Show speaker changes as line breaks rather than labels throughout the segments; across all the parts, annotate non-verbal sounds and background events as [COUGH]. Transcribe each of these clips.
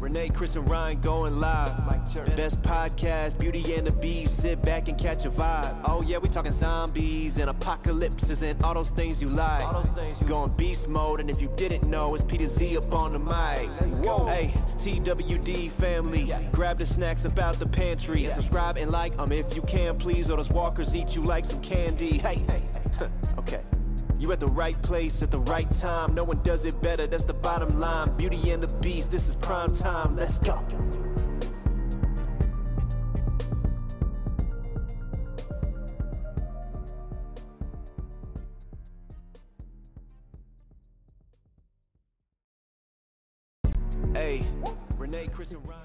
Renee, Chris, and Ryan going live. Best podcast, Beauty and the Beast. Sit back and catch a vibe. Oh yeah, we talking zombies and apocalypses and all those things you like. Going beast mode, and if you didn't know, it's Peter Z up on the mic. Whoa, hey, TWD family, grab the snacks about the pantry and subscribe and like them if you can, please. Or those walkers eat you like some candy. Hey, hey, [LAUGHS] okay. You at the right place at the right time. No one does it better. That's the bottom line. Beauty and the Beast. This is prime time. Let's go. Hey, Renee, Chris, and Ryan.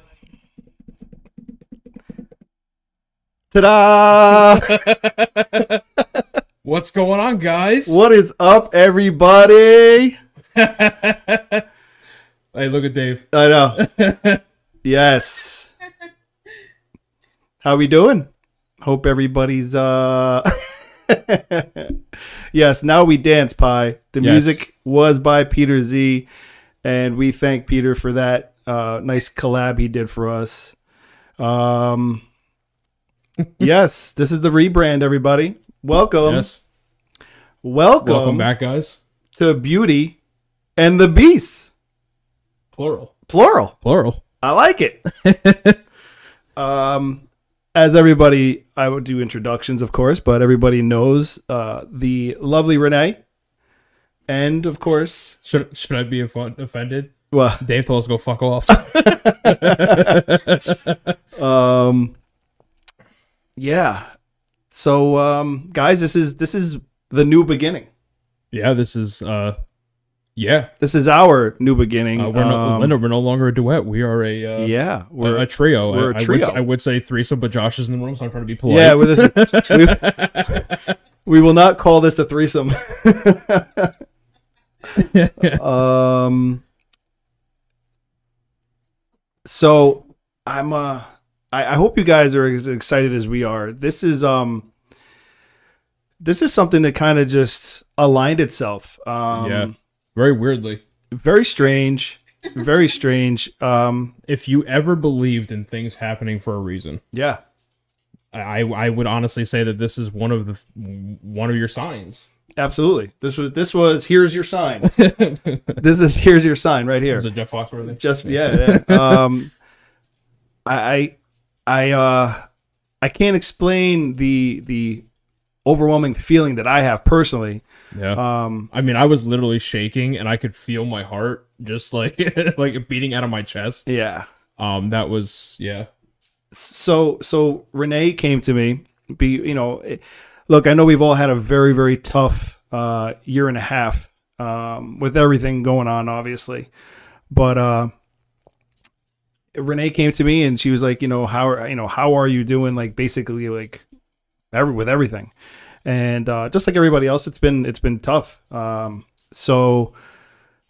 Ta-da!
[LAUGHS] What's going on, guys?
what is up, everybody?
hey, look at Dave.
I know.
[LAUGHS]
yes. How we doing? Hope everybody's uh [LAUGHS] Yes, now we dance pie. The
Yes.
music was by Peter Z and we thank Peter for that uh nice collab he did for us.
[LAUGHS]
Um Yes, this is the rebrand everybody. Welcome.
yes.
Welcome,
Welcome back, guys.
to Beauty and the Beast.
Plural.
Plural.
Plural.
I like it.
[LAUGHS]
um, as everybody, I would do introductions, of course, but everybody knows uh, the lovely Renee, and of course,
Should should I be offend- offended?
well,
Dave told us to go fuck
[LAUGHS]
off.
um, yeah. So, um, guys, this is this is the new beginning.
yeah, this is uh yeah.
This is our new beginning.
Uh, we're, no,
Um,
Linda, we're no longer a duet. We are a uh,
yeah,
a-
we're
a trio.
we're a
I- I would
trio.
s- I, would, say threesome, but Josh is in the room, so I'm trying to be polite.
yeah. With this, we, we will not call this a threesome. Um. So I'm uh I, I hope you guys are as excited as we are. This is um this is something that kind of just aligned itself. Um
Yeah. Very weirdly.
very strange. Very strange. Um
If you ever believed in things happening for a reason,
yeah.
I I would honestly say that this is one of the one of your signs.
Absolutely. This was this was here's your sign. this is here's your sign right here.
Is it Jeff Foxworthy?
just yeah, yeah. [LAUGHS] um i i I, uh i can't explain the the overwhelming feeling that i have personally
yeah.
um
I mean, I was literally shaking, and I could feel my heart just like [LAUGHS] like beating out of my chest.
yeah
Um, that was yeah,
so so renee came to me be you know it- look i know we've all had a very very tough uh year and a half um with everything going on obviously but uh renee came to me and she was like you know how are you know how are you doing like basically like every with everything and uh just like everybody else it's been it's been tough um so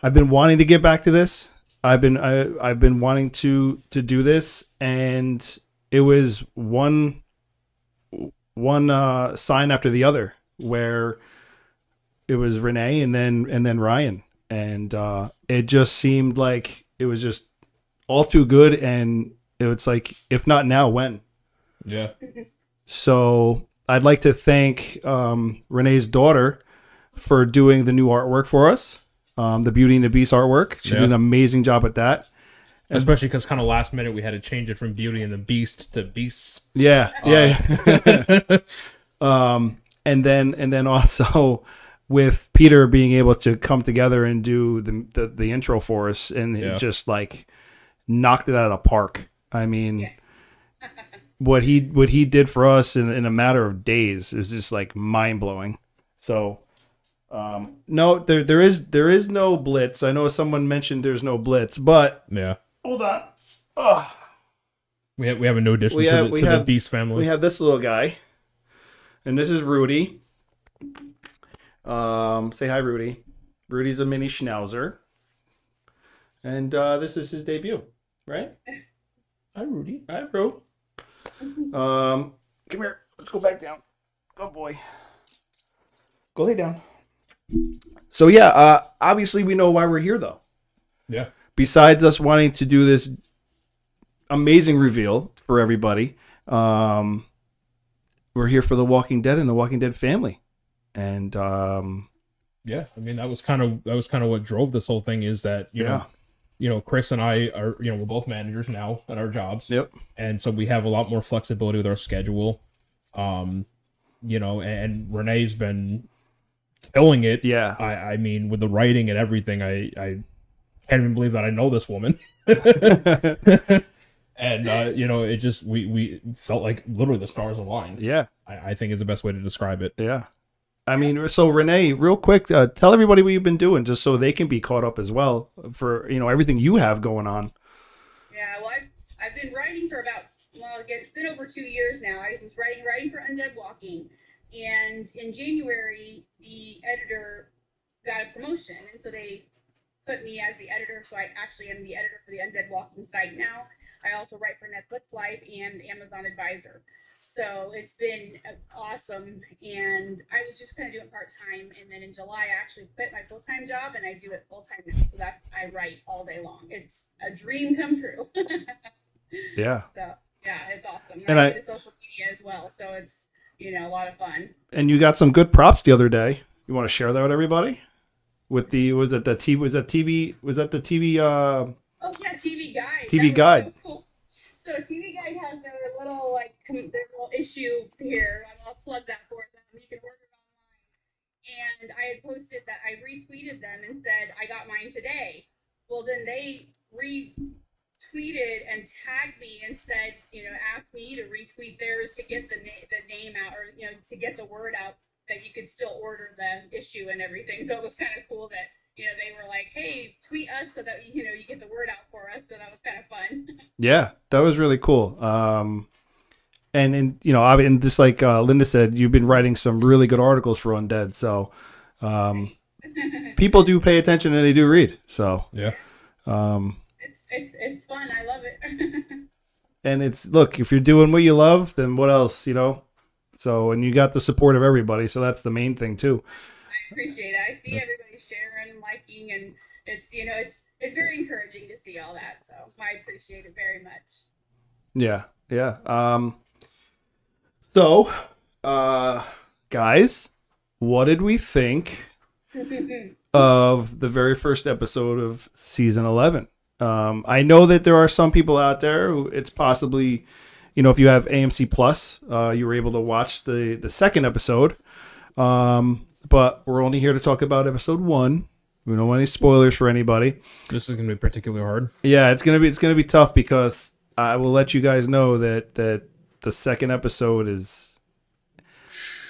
I've been wanting to get back to this. I've been I, I've been wanting to to do this, and it was one one uh, sign after the other where it was Renee and then and then Ryan, and uh, it just seemed like it was just all too good, and it was like if not now when.
yeah,
So I'd like to thank um, Renee's daughter for doing the new artwork for us, um, the Beauty and the Beast artwork. She did
Yeah.
an amazing job with that.
especially because kind of last minute we had to change it from Beauty and the Beast to Beasts.
Yeah, yeah. [LAUGHS] um, and then and then also [LAUGHS] with Peter being able to come together and do the the, the intro for us, and it
Yeah.
just like knocked it out of the park. I mean. [LAUGHS] What he what he did for us in, in a matter of days is just like mind blowing. So um, no, there there is there is no blitz. I know someone mentioned there's no blitz, but
Yeah,
hold on. Ugh.
we have we have a new addition
We
to,
have-
the,
we
to the
have-
Beast family.
we have this little guy, and this is Rudy. Um, say hi, Rudy. Rudy's a mini schnauzer, and uh, this is his debut, right?
Hi, Rudy.
Hi, Ru. Um, come here. Let's go back down. Good boy. Go lay down. So yeah, uh, obviously we know why we're here, though
Yeah,
besides us wanting to do this amazing reveal for everybody. Um, we're here for The Walking Dead and The Walking Dead family, and um,
yeah i mean that was kind of that was kind of what drove this whole thing is that you
yeah,
know you know chris and i are you know we're both managers now at our jobs
yep,
and so we have a lot more flexibility with our schedule um you know and renee's been killing it
yeah.
i i mean with the writing and everything i i can't even believe that i know
[LAUGHS]
this woman [LAUGHS] and uh you know it just we we felt like literally the stars aligned
Yeah,
i, I think is the best way to describe it
yeah. I mean, so Renee, real quick, uh, tell everybody what you've been doing, just so they can be caught up as well for you know everything you have going on.
Yeah, well, I've, I've been writing for about, well, again, it's been over two years now. I was writing, writing for Undead Walking. And in January, the editor got a promotion. And so they put me as the editor. So I actually am the editor for the Undead Walking site now. I also write for Netflix Live and Amazon Advisor. So it's been uh, awesome. And I was just kind of doing part time. And then in July, I actually quit my full time job and I do it full time now. So that I write all day long. It's a dream come true.
Yeah,
So yeah, it's awesome.
And
And
I-
I do the social media as well, so it's you know a lot of fun.
and you got some good props the other day. You want to share that with everybody? With the was it the TV was that TV was that the TV uh
Oh yeah, TV Guide.
TV
That was
Guide.
so cool. So TV Guide has their little like com- their little issue here. I'm gonna plug that for them. You can order it online. And I had posted that I retweeted them and said I got mine today. Well, then they retweeted and tagged me and said, you know, asked me to retweet theirs to get the na- the name out or you know to get the word out that you could still order the issue and everything. So it was kind of cool that you know they were like, hey, tweet us so that you know you get the word out for us. So that was kind of fun. [LAUGHS]
Yeah, that was really cool. Um, and and you know, I mean, just like uh, Linda said, you've been writing some really good articles for Undead, so um, people do pay attention and they do read. So
yeah
um,
it's, it's it's fun. I love it. [LAUGHS]
and it's look, if you're doing what you love, then what else, you know? So and you got the support of everybody, so that's the main thing too.
I appreciate it. I see everybody sharing and liking, and it's you know it's it's very encouraging to see all that. So I appreciate it very much.
Yeah, yeah. Um, so, uh, guys, what did we think of the very first episode of season 11. Um, I know that there are some people out there who it's possibly, you know, if you have AMC Plus, uh, you were able to watch the, the second episode. Um, but we're only here to talk about episode one. We don't want any spoilers for anybody.
this is gonna be particularly hard
Yeah, it's gonna be it's gonna be tough because I will let you guys know that that the second episode is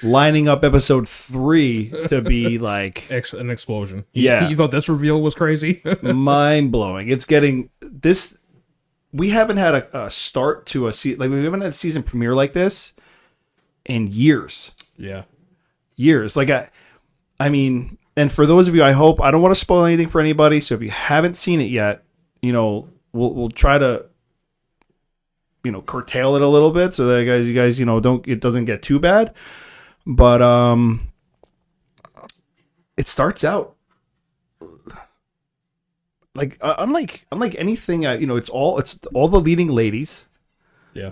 lining up episode three to be like
ex- an explosion. You-
Yeah.
you thought this reveal was crazy. [LAUGHS]
mind blowing. It's getting this. We haven't had a, a start to a season like we haven't had a season premiere like this in years,
yeah,
years. Like I, I mean, and for those of you, I hope I don't want to spoil anything for anybody. So if you haven't seen it yet, you know, we'll we'll try to, you know, curtail it a little bit so that guys, you guys, you know, don't it doesn't get too bad. But um, it starts out like uh, unlike unlike anything uh, you know it's all it's all the leading ladies
yeah.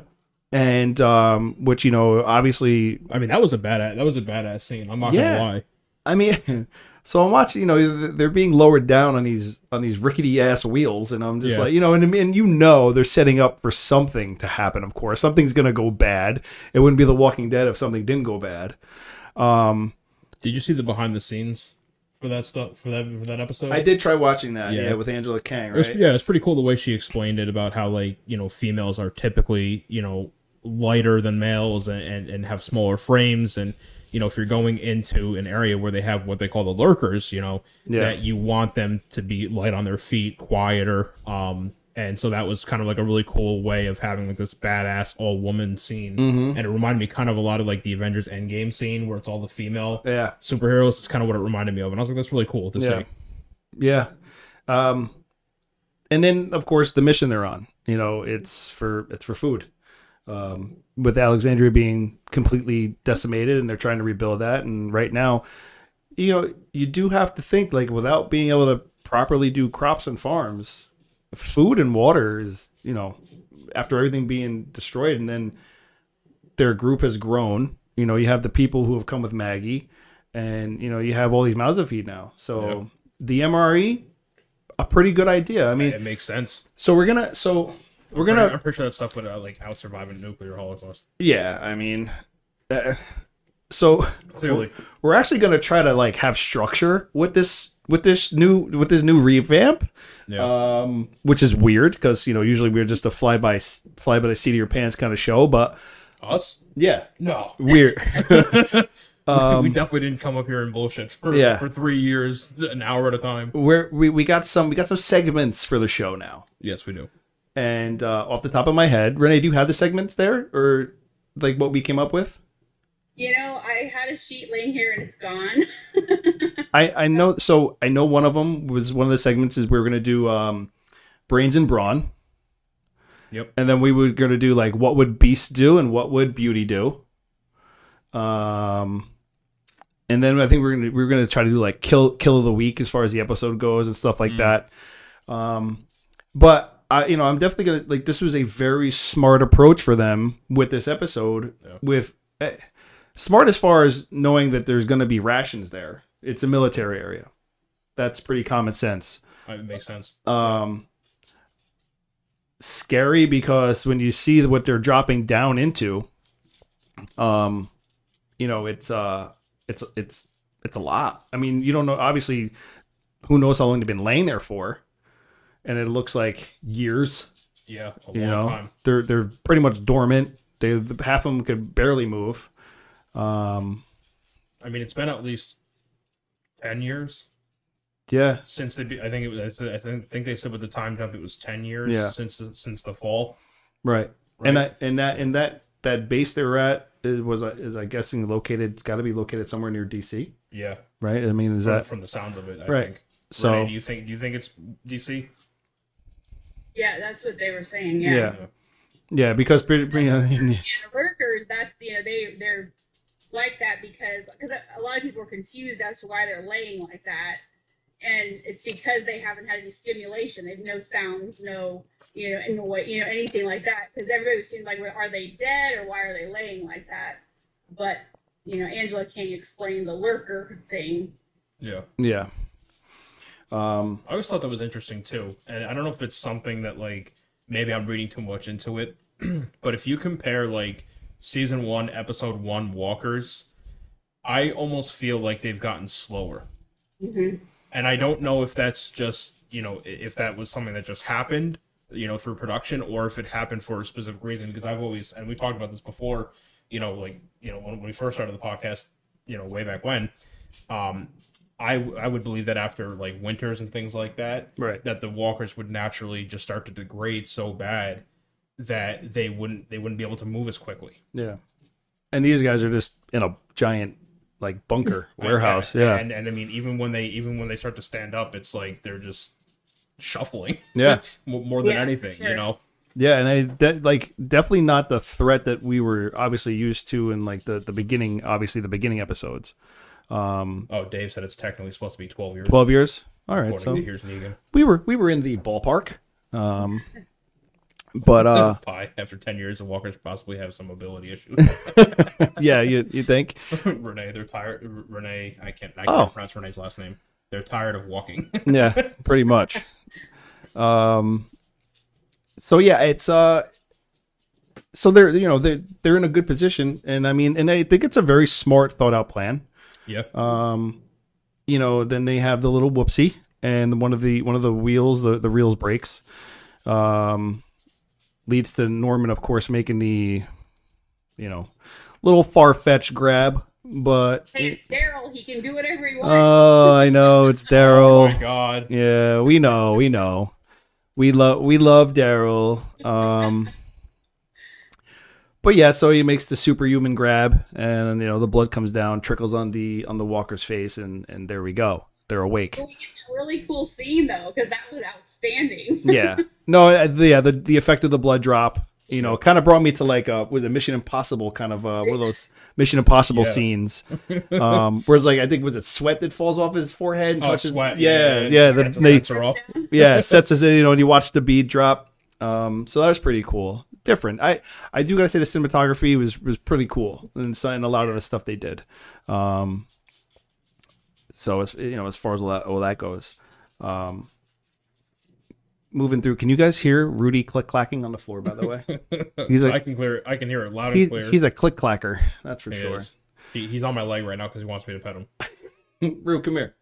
and um which you know obviously
I mean, that was a badass. That was a badass scene. I'm not
Yeah.
gonna lie.
i mean [LAUGHS] so i'm watching you know th- they're being lowered down on these on these rickety ass wheels and i'm just
Yeah.
like you know and, and you know they're setting up for something to happen of course something's gonna go bad it wouldn't be the walking dead if something didn't go bad um
Did you see the behind the scenes for that stuff for that for that episode?
i did try watching that yeah,
Yeah.
with angela kang
It was-
right
yeah, it's pretty cool the way she explained it about how like you know females are typically you know lighter than males and, and and have smaller frames and you know if you're going into an area where they have what they call the lurkers you know
Yeah.
that you want them to be light on their feet quieter um and so that was kind of like a really cool way of having like this badass all woman scene
Mm-hmm.
and it reminded me kind of a lot of like the avengers endgame scene where it's all the female
yeah
superheroes it's kind of what it reminded me of and i was like that's really cool to
Yeah.
see
Yeah. Um and then of course the mission they're on. You know, it's for it's for food. Um with Alexandria being completely decimated and they're trying to rebuild that and right now you know, you do have to think like without being able to properly do crops and farms, food and water is you know, after everything being destroyed, and then their group has grown. You know, you have the people who have come with Maggie, and you know, you have all these mouths to feed now. So
Yep.
the MRE, a pretty good idea. I mean,
It makes sense.
so we're gonna, so we're
I'm pretty-
gonna,
I'm pretty sure that stuff would uh, like out survive a nuclear holocaust.
yeah. I mean, uh, so
Clearly,
we're actually going to try to like have structure with this with this new with this new revamp
yeah.
um which is weird because you know usually we're just a fly by s- fly by the seat of your pants kind of show but
Uh, Us?
yeah
No, [LAUGHS]
weird
we definitely didn't come up here and bullshit for,
Um, Yeah.
for three years, an hour at a time.
[LAUGHS] we're we, we got some we got some segments for the show now
Yes, we do.
and uh off the top of my head renee do you have the segments there or like what we came up with
You know, I had a sheet laying here and it's gone. [LAUGHS]
i i know so i know one of them was one of the segments is we were going to do um brains and brawn
Yep.
and then we were going to do like what would beast do and what would beauty do um and then i think we're going to we're going to try to do like kill kill of the week as far as the episode goes and stuff
Mm.
like that um but i you know i'm definitely going to like this was a very smart approach for them with this episode
Yeah.
with eh, smart as far as knowing that there's going to be rations there it's a military area that's pretty common sense
Uh, It makes sense.
um scary because when you see what they're dropping down into um you know it's uh it's it's it's a lot i mean you don't know obviously who knows how long they've been laying there for and it looks like years
Yeah, a
you
long
know
time.
they're they're pretty much dormant they half of them could barely move um
I mean, it's been at least ten years
yeah
since they. Be, I think it was. I think, I think they said with the time jump, it was ten years
Yeah.
since the, since the fall.
right and
Right.
that and that and that that base they're at is, was uh, is i guessing located it's got to be located somewhere near dc
Yeah,
right? I mean, is
from,
that
from the sounds of it, I
Right.
think.
so?
Renee, do you think? Do you think it's DC?
yeah, that's what they were saying.
yeah. yeah, because pretty, pretty,
and workers that's you know they they're like that because because a lot of people are confused as to why they're laying like that and it's because they haven't had any stimulation they've no sounds no you know and what you know anything like that because everybody was getting like well, are they dead or why are they laying like that but you know angela can't explain the lurker thing
Yeah.
yeah. Um,
I always thought that was interesting too, and I don't know if it's something that like maybe I'm reading too much into it, [CLEARS THROAT] but if you compare like season one, episode one, Walkers, I almost feel like they've gotten slower,
Mhm.
and I don't know if that's just you know i- if that was something that just happened you know through production or if it happened for a specific reason because I've always and we talked about this before you know like you know when, when we first started the podcast you know way back when um I, I would believe that after like winters and things like that,
Right.
that the walkers would naturally just start to degrade so bad that they wouldn't they wouldn't be able to move as quickly.
yeah. And these guys are just in a giant like [LAUGHS] bunker
Like,
warehouse.
and-
Yeah,
and and I mean even when they even when they start to stand up, it's like they're just shuffling [LAUGHS]
yeah,
more, more than
Yeah,
anything,
sure.
you know.
yeah. And I that like definitely not the threat that we were obviously used to in like the the beginning, obviously the beginning episodes. Um,
Oh, Dave said it's technically supposed to be twelve years.
twelve years. All right,
according
so
to here's Negan
we were we were in the ballpark. [LAUGHS] Um, but uh,
pie. After ten years, the walkers possibly have some
[LAUGHS]
ability issues.
yeah, you you think?
Renee, they're tired. Renee, I can't. I can't
Oh.
pronounce Renee's last name. They're tired of walking. [LAUGHS]
yeah pretty much um so yeah it's uh so they're you know they're they're in a good position and i mean and i think it's a very smart thought out plan
yeah.
um you know then they have the little whoopsie and one of the one of the wheels the the reels breaks um leads to norman of course making the you know little far-fetched grab but
hey daryl he can do whatever he wants
oh i know it's daryl
Oh my God.
yeah, we know, we know. We love we love Daryl. Um But yeah, so he makes the superhuman grab and you know the blood comes down, trickles on the on the walker's face and and there we go. They're awake.
But we get that really cool scene though because that was outstanding [LAUGHS]
Yeah. No, uh, the- yeah, the the effect of the blood drop, you know, kind of brought me to like a was it Mission Impossible kind of uh one of those Mission Impossible
Yeah.
scenes. Um whereas like I think was it sweat that falls off his forehead and
Oh,
touches
sweat.
Yeah, yeah,
Sets
the,
the
they,
sensor off.
yeah, it sets us in, you know, and you watch the bead drop. Um, so that was pretty cool. Different. I I do gotta say the cinematography was was pretty cool and, so- and a lot of the stuff they did. Um, so as you know, as far as all that, all that goes, um, moving through. Can you guys hear Rudy click clacking on the floor? By the
[LAUGHS]
way, He's
So
like-
I can clear. I can hear it loud and
he's,
clear.
he's a click clacker. That's for
He
sure.
is. He- he's on my leg right now because he wants me to pet him.
[LAUGHS] Rue, come here.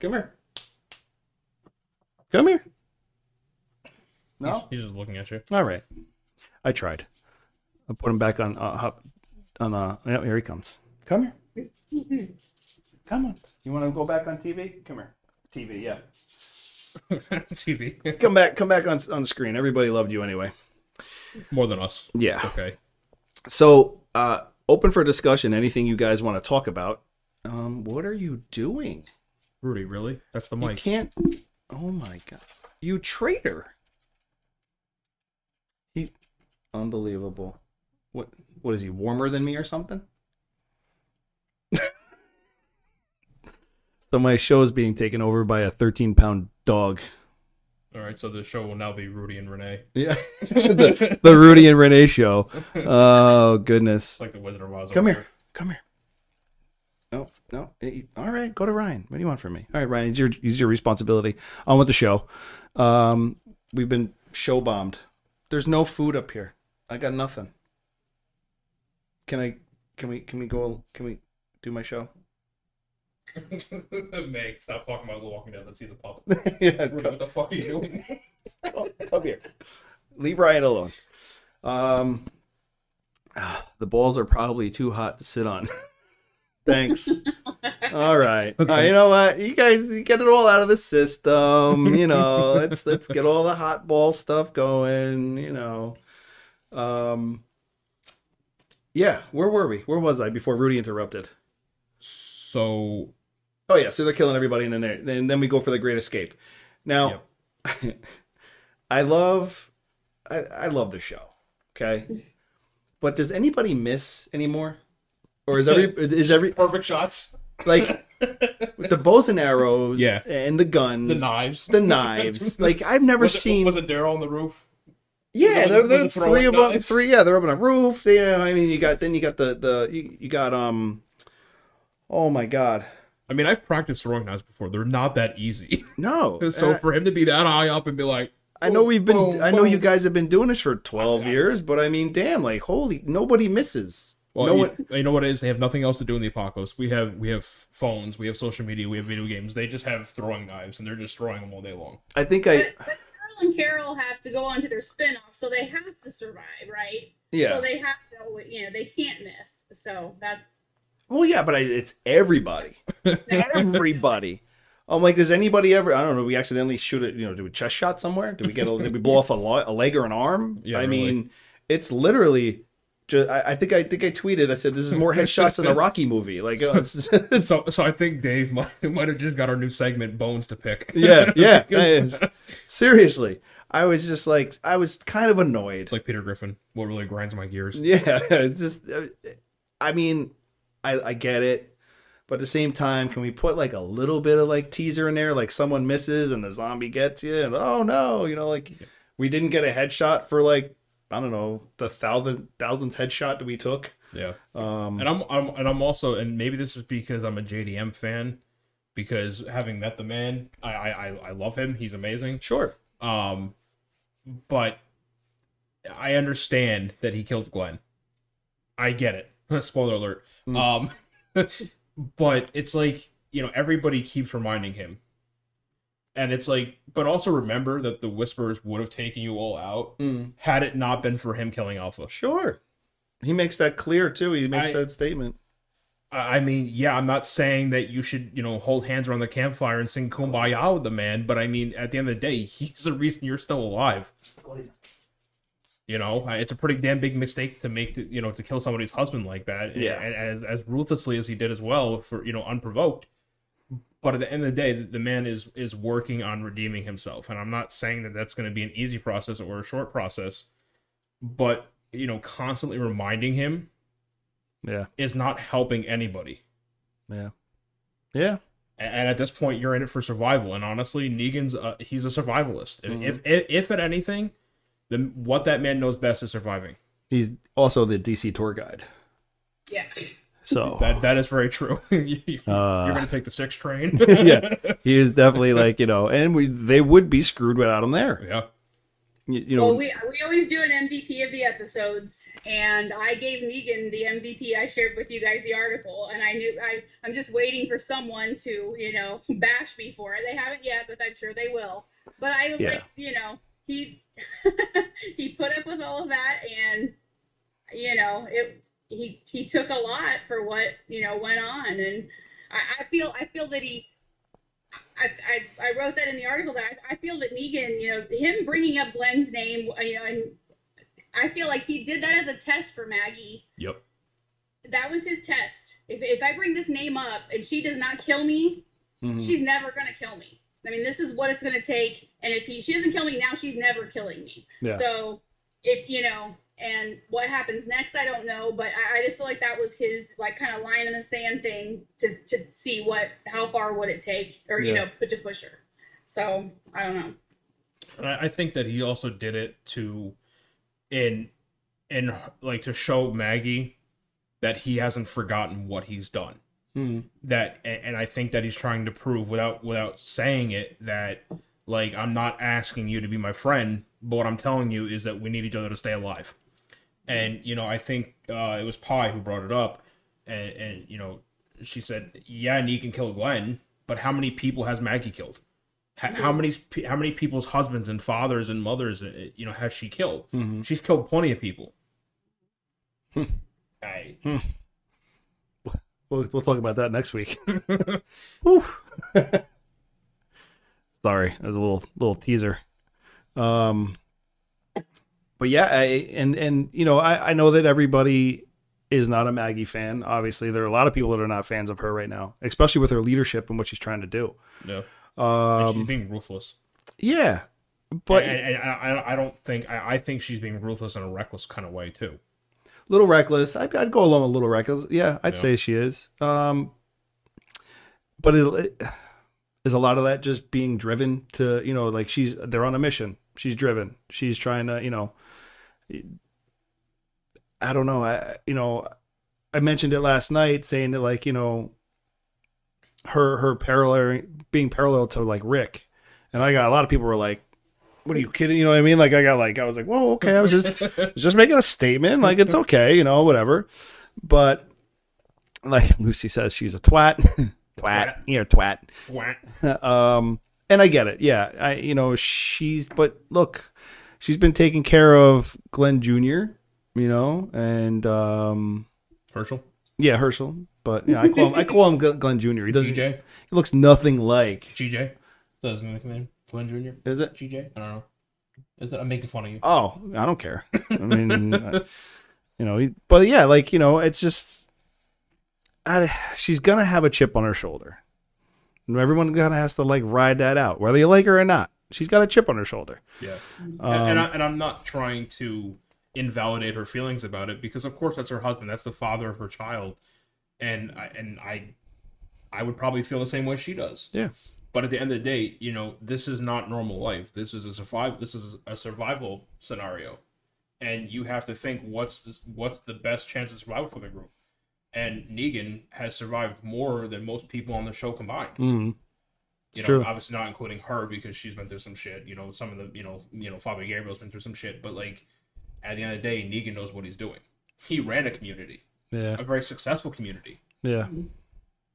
Come here. Come here.
He's,
Oh.
he's just looking at you. [LAUGHS]
All right. I tried. I put him back on uh, hop on uh yeah, here he comes. Come here. Come on. You want to go back on TV? Come here. TV, yeah.
TV
Come back, come back on on the screen. Everybody loved you anyway.
more than us.
Yeah.
Okay.
So, uh open for discussion anything you guys want to talk about. Um what are you doing?
Rudy, really? That's the
You
mic.
can't. Oh my god! You traitor! He, unbelievable. What? What is he warmer than me or something? [LAUGHS] so my show is being taken over by a thirteen-pound dog.
All right, so the show will now be Rudy and Renee.
Yeah, [LAUGHS] the, the Rudy and Renee [LAUGHS] show. Oh goodness!
It's like the Wizard of Oz.
Come
over
here. Come here. No, no. eh, All right, go to Ryan. What do you want from me? All right, Ryan, it's your it's your responsibility. On with the show. Um, we've been show bombed. There's no food up here. I got nothing. Can I? Can we? Can we go? Can we do my show? [LAUGHS]
[LAUGHS] Meg, stop talking about the Walking Dead. Let's see
[LAUGHS]
the pup.
yeah,
Rudy, what the fuck are you doing?
[LAUGHS] come, come here. Leave Ryan alone. Um, ah, the balls are probably too hot to sit on. [LAUGHS] Thanks. All right. All right. You know what? You guys you get it all out of the system. You know, let's let's get all the hot ball stuff going. You know, um, yeah. Where were we? Where was I before Rudy interrupted?
So
Oh yeah, so they're killing everybody, and then they- then then we go for the Great Escape. Now, [LAUGHS] I love, I, I love the show. Okay, but does anybody miss anymore, or is
[LAUGHS]
every is every
perfect shots.
like with the bows and arrows,
Yeah.
and the guns,
The knives.
the
[LAUGHS]
knives? Like I've never
was it,
seen.
Was it Daryl on the roof?
Yeah,
Was it-
they're,
was
they're
it
three
throwing
of them.
knives?
Three, yeah, they're up on a roof. They, you know, I mean, you got then you got the the you, you got um, oh my god,
I mean, I've practiced throwing knives before. They're not that easy. [LAUGHS]
no.
so
And I-
for him to be that high up and be like,
Uh, I know
boom,
we've been.
boom,
I know you
boom.
guys have been doing this for twelve years, but I mean, damn, like holy, nobody misses.
Well,
no
you,
one.
you know what it is? They have nothing else to do in the apocalypse. We have we have phones, we have social media, we have video games. They just have throwing knives, and they're just throwing them all day long.
I think I.
But, but Carl and Carol have to go on to their spinoff, so they have to survive, right?
Yeah.
So they have to, you know, they can't miss. So
[LAUGHS]
that's
Well, yeah, but I, it's everybody. everybody. I'm like, does anybody ever? I don't know. We accidentally shoot it. You know, do a chest shot somewhere? Do we get? A, did we
[LAUGHS]
blow off a, lo- a leg or an arm?
Yeah,
I
really.
mean, it's literally. Just, I, I think I think I tweeted. I said, "This is
[LAUGHS]
more headshots than a Rocky movie." Like, uh, it's-
So, so I think Dave might [LAUGHS] might have just got our new segment, bones to pick.
yeah, [LAUGHS] yeah.
Because-
I- seriously, I was just like, I was kind of annoyed.
[LAUGHS] it's like Peter Griffin. What really grinds my
[LAUGHS]
gears?
Yeah, it's just. I mean, I, I get it, but at the same time, can we put like a little bit of like teaser in there, like someone misses and the zombie gets you, and oh no, you know, like we didn't get a headshot for like I don't know the thousand thousandth headshot that we took.
Yeah.
Um,
And I'm, I'm and I'm also and maybe this is because I'm a JDM fan, because having met the man, I I, I, I love him. He's amazing.
sure,
Um, but I understand that he killed Glenn. I get it. [LAUGHS] Spoiler alert. Um, [LAUGHS] but it's like you know everybody keeps reminding him, and it's like, but also remember that the Whisperers would have taken you all out
Mm,
had it not been for him killing Alpha.
sure. He makes that clear too. He makes
I-
that statement.
I I mean, yeah, I'm not saying that you should, you know, hold hands around the campfire and sing "Kumbaya" with the man, but I mean, at the end of the day, [LAUGHS] he's the reason you're still alive. You know, I- it's a pretty damn big mistake to make, to, you know, to kill somebody's husband like that,
Yeah.
and as as ruthlessly as he did as well, for you know, unprovoked. But at the end of the day, the man is is working on redeeming himself, and I'm not saying that that's going to be an easy process or a short process, but you know, constantly reminding him
Yeah,
is not helping anybody.
yeah, yeah.
and at this point you're in it for survival and honestly negan's uh, he's a survivalist If if, if if at anything The, what that man knows best is surviving.
He's also the DC tour guide.
Yeah.
So
That that is very true. [LAUGHS] You- You're gonna take the six train.
Uh, yeah, he is definitely like you know, and we they would be screwed without him there.
[LAUGHS] yeah.
You, you know,
Well, we, we always do an MVP of the episodes, and I gave Negan the MVP. I shared with you guys the article, and I knew I, I'm just waiting for someone to, you know, [LAUGHS] bash me for it. They haven't yet, but I'm sure they will. But I was
Yeah.
like, you know, he [LAUGHS] he put up with all of that, and you know, it he he took a lot for what you know went on, and I, I feel I feel that he I, I, I wrote that in the article that I, I feel that Negan, you know, him bringing up Glenn's name, you know, and I feel like he did that as a test for Maggie.
Yep.
That was his test. If, if I bring this name up and she does not kill me,
mhm.
she's never going to kill me. I mean, this is what it's going to take. And if he, she doesn't kill me now, she's never killing me.
Yeah.
So, if, you know, and what happens next, I don't know. But I, I just feel like that was his, like, kind of line in the sand thing to, to see what, how far would it take or, you
Yeah.
know, put to push her. So, I don't know.
And I, I think that he also did it to, in, in like to show Maggie that he hasn't forgotten what he's done.
Mhm.
That a- and I think that he's trying to prove without without saying it that like I'm not asking you to be my friend, but what I'm telling you is that we need each other to stay alive. And you know I think uh, it was Pi who brought it up, and and you know she said yeah Negan killed Glenn, but how many people has Maggie killed? How, how many pe- how many people's husbands and fathers and mothers uh, you know has she killed?
Mhm.
She's killed plenty of people. I,
We'll, we'll talk about that next
[LAUGHS]
week. Whew. Sorry, that was a little little teaser. Um, but yeah, I, and and you know, I, I know that everybody is not a Maggie fan. Obviously, there are a lot of people that are not fans of her right now, especially with her leadership and what she's trying to do.
no,
Um,
she's being ruthless.
yeah, but
and, and, and I, I don't think I, I think she's being ruthless in a reckless kind of way [LAUGHS] too.
little reckless. I'd, I'd go along with little reckless. Yeah, I'd
Yeah.
say she is. Um, but it, it is a lot of that just being driven to you know like she's they're on a mission. She's driven. She's trying to you know. I don't know. I you know, I mentioned it last night, saying that like you know. Her her parallel being parallel to like Rick, and I got a lot of people were like, "What are you kidding?" You know what I mean? Like I got like I was like, "Whoa, okay." I was just was just making a statement. Like it's okay, you know, whatever. But like Lucy says, she's a twat, [LAUGHS] twat,
Twat.
you're a twat.
Wah.
Um, and I get it. Yeah, I you know she's but look, she's been taking care of Glenn Jr. You know, and um,
Herschel,
yeah, Herschel. But yeah, I call him I call him Glenn- Glenn Jr. He doesn't.
GJ,
He looks nothing like.
GJ, that's his nickname, Glenn Jr.
Is it?
GJ, I don't know. Is that I'm making fun of you?
Oh, I don't care. I mean, I- you know, he- but yeah, like you know, it's just I, she's gonna have a chip on her shoulder, and everyone gonna has to like ride that out, whether you like her or not. She's got a chip on her shoulder.
Yeah, and,
Um,
and, I, and I'm not trying to invalidate her feelings about it because, of course, that's her husband. That's the father of her child, and I, and I, I would probably feel the same way she does.
Yeah.
But at the end of the day, you know, this is not normal life. This is a survival. This is a survival scenario, and you have to think what's this, what's the best chance of survival for the group. And Negan has survived more than most people on the show combined.
Mm.
You know,
It's true.
obviously not including her because she's been through some shit. You know, some of the you know you know Father Gabriel's been through some shit, but like at the end of the day, Negan knows what he's doing. He ran a community,
Yeah,
a very successful community
yeah,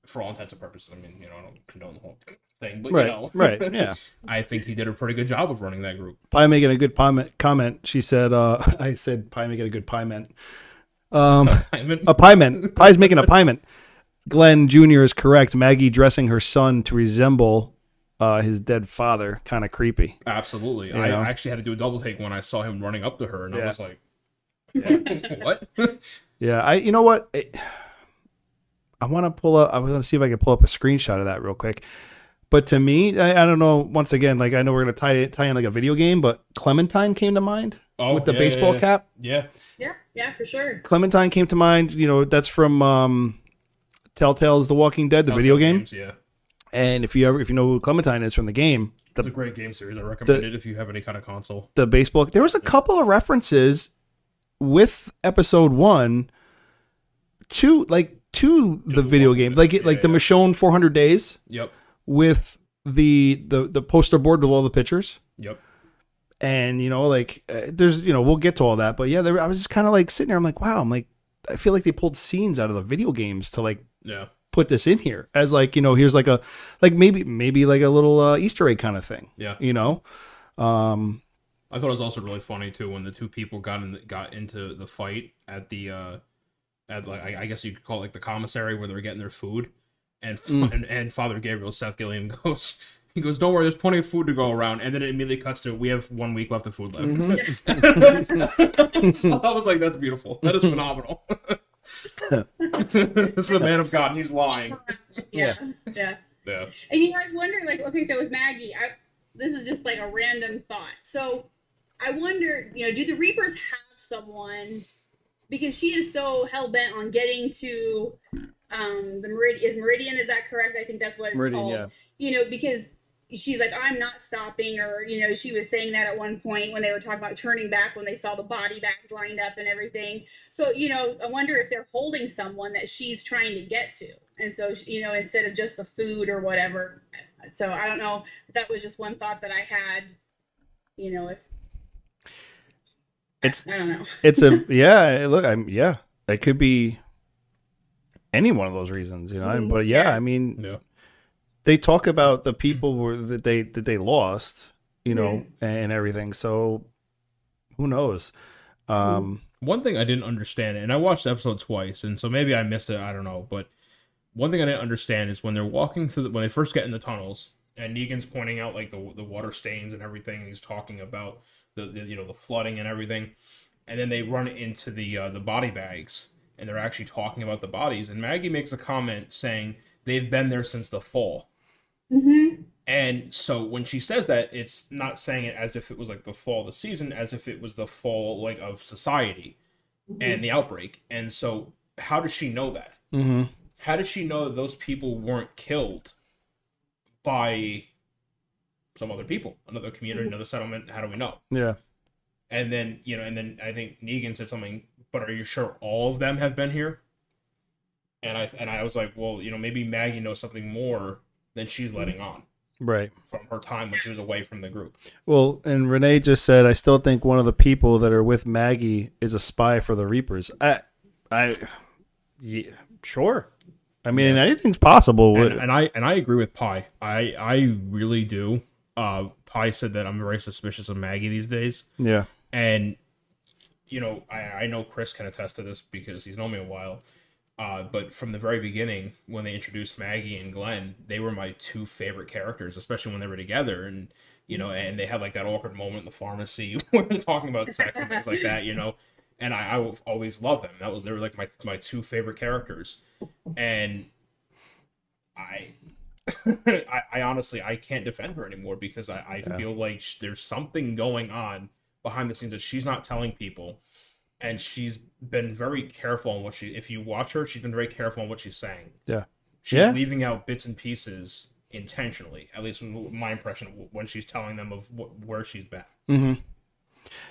for all intents and purposes. I mean, you know, I don't condone the whole thing, but
right,
you know,
right, yeah.
[LAUGHS] I think he did a pretty good job of running that group. [LAUGHS]
Pie making a good comment. Comment. She said. Uh, [LAUGHS] I said pie making a good piment. Um,
I mean,
a piment. Pie's making a piment. Glenn Jr. is correct. Maggie dressing her son to resemble uh, his dead father. Kind of creepy.
absolutely.
You
I
know.
actually had to do a double take when I saw him running up to her, and
Yeah.
I was like, "What?" [LAUGHS]
Yeah, I. You know what? It, I want to pull up. I want to see if I can pull up a screenshot of that real quick. But to me, I, I don't know. Once again, like I know we're gonna tie it tie in like a video game, but Clementine came to mind
Oh,
with the
yeah, yeah,
baseball
yeah.
cap.
Yeah,
Yeah, yeah, for sure.
Clementine came to mind. You know, that's from um, Telltale's The Walking Dead, the video
Telltale
game.
games, Yeah,
And if you ever, if you know who Clementine is from the game,
It's a
the
great game series. I recommend it if you have any kind of console.
the baseball, there was a couple of references with episode one to like to the video
one,
game, like it- like the
yeah.
Michonne 400 Days
Yep.
with the the the poster board with all the pictures.
Yep.
and you know like uh, there's you know we'll get to all that but yeah there, i was just kind of like sitting there i'm like wow i'm like i feel like they pulled scenes out of the video games to like
Yeah.
put this in here as like you know here's like a like maybe maybe like a little uh, easter egg kind of thing
Yeah.
you know um
I thought it was also really funny too when the two people got in got into the fight at the uh at like I, I guess you could call it like the commissary where they were getting their food, and f-
Mm.
and, and Father Gabriel Seth Gilliam [LAUGHS] goes. He goes, don't worry, there's plenty of food to go around, and then it immediately cuts to we have one week left of food left. [LAUGHS] so I was like, that's beautiful. That is phenomenal. [LAUGHS] this is a man of God, and he's lying.
yeah, yeah.
Yeah,
And you guys wonder, like, okay, so with Maggie, I, this is just like a random thought. So I wonder, you know, do the Reapers have someone? Because she is so hell bent on getting to um, the Meridian. Is Meridian? Is that correct? I think that's what it's
Meridian,
called.
yeah.
You know, because she's like, I'm not stopping, or you know, she was saying that at one point when they were talking about turning back when they saw the body bags lined up and everything. So, you know, I wonder if they're holding someone that she's trying to get to. And so, you know, instead of just the food or whatever. So I don't know. That was just one thought that I had. You know, if
it's
I don't know.
it's
[LAUGHS]
a yeah look i'm yeah it could be any one of those reasons you know
Mhm.
but yeah i mean
Mm-hmm. yeah.
they talk about the people were that they that they lost, you know,
Mm-hmm.
and everything. So who knows? Um
One thing I didn't understand, and I watched the episode twice, and so maybe I missed it. I don't know, but one thing I didn't understand is when they're walking through the, when they first get in the tunnels, and Negan's pointing out like the the water stains and everything. And he's talking about the, the you know the flooding and everything, and then they run into the uh, the body bags, and they're actually talking about the bodies. And Maggie makes a comment saying they've been there since the fall.
Mm-hmm.
And so when she says that, it's not saying it as if it was like the fall of the season, as if it was the fall like of society and the outbreak. And so how does she know that?
mhm.
How does she know that those people weren't killed by some other people, another community, another settlement? How do we know?
yeah.
And then, you know, and then I think Negan said something, but are you sure all of them have been here? And I and I was like, well, you know, maybe Maggie knows something more than she's letting on
Right.
from her time when she was away from the group.
Well, and Renee just said I still think one of the people that are with Maggie is a spy for the Reapers. I I yeah, sure. I mean, anything's possible.
And,
with
and I and I agree with Pi. I I really do. Uh, Pi said that I'm very suspicious of Maggie these days,
yeah.
and you know I, I know Chris can attest to this because he's known me a while. Uh, but from the very beginning, when they introduced Maggie and Glenn, they were my two favorite characters, especially when they were together. And you know, and they had like that awkward moment in the pharmacy [LAUGHS] where they're talking about sex and things like that. You know, and I, I will always loved them. That was they were like my my two favorite characters, and I, [LAUGHS] I, I honestly I can't defend her anymore because I, I feel like sh- there's something going on behind the scenes that she's not telling people, and she's been very careful on what she. If you watch her, she's been very careful on what she's saying.
Yeah.
she's
Yeah.
leaving out bits and pieces intentionally. At least my impression of when she's telling them of wh- where she's been.
hmm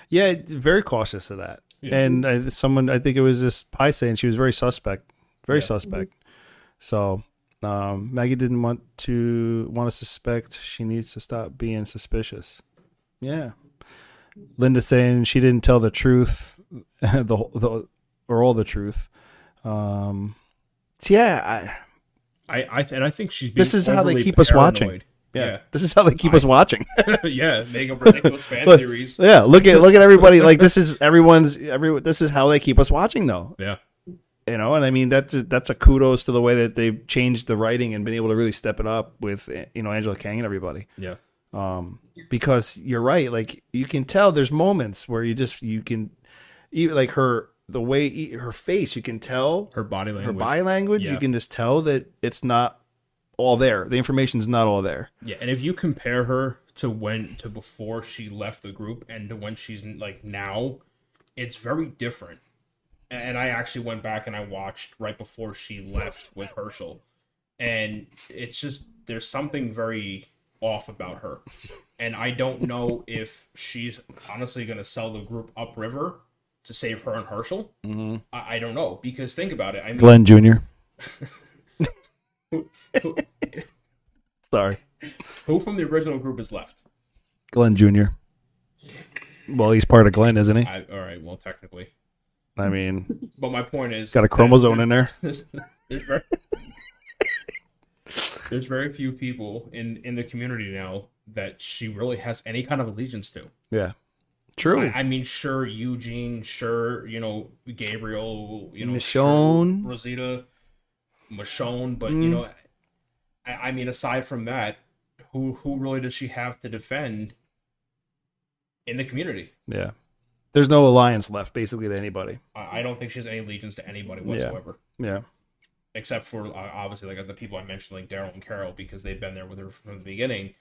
Yeah, it's very cautious of that.
Yeah.
And I, someone, I think it was this Pi saying she was very suspect, very suspect.
Mm-hmm.
So um, Maggie didn't want to want to suspect. She needs to stop being suspicious. Yeah. Linda saying she didn't tell the truth, [LAUGHS] the, whole- the or all the truth. Um, yeah, I,
I, I and I think she's.
This
being
is how they
overly
keep us watching.
paranoid.
yeah,
Yeah.
This is how they keep us watching.
[LAUGHS] yeah,
[LAUGHS]
making up ridiculous fan
Look. [LAUGHS]
theories.
yeah, look at look at everybody. Like this is everyone's. Every this is how they keep us watching, though.
Yeah,
you know and i mean that's a, that's a kudos to the way that they've changed the writing and been able to really step it up with you know angela kang and everybody
yeah,
um because you're right like you can tell there's moments where you just you can even like her the way e- her face you can tell
her body language.
her body language you
Yeah.
can just tell that it's not all there the information's not all there
Yeah, and if you compare her to when to before she left the group and to when she's like now, it's very different. And I actually went back and I watched right before she left with Herschel, and it's just there's something very off about her, and I don't know if she's honestly going to sell the group upriver to save her and Herschel. I, I don't know because think about it. I mean,
Glenn Jr. Sorry,
who from the original group is left?
Glenn Jr. Well, he's part of Glenn, isn't he?
I, all right, well, technically,
I mean,
but my point is
he's got a chromosome in there.
there's, very, [LAUGHS] there's very few people in in the community now that she really has any kind of allegiance to.
Yeah,
I,
true.
I mean, sure, Eugene, sure, you know, Gabriel, you know, sure,
Michonne.
Rosita, Michonne, but you
Mm.
know, I, I mean, aside from that, who who really does she have to defend in the community?
Yeah, there's no alliance left basically to anybody.
I, I don't think she has any allegiance to anybody
Yeah.
whatsoever.
Yeah,
except for uh, obviously like the people I mentioned, like Daryl and Carol, because they've been there with her from the beginning.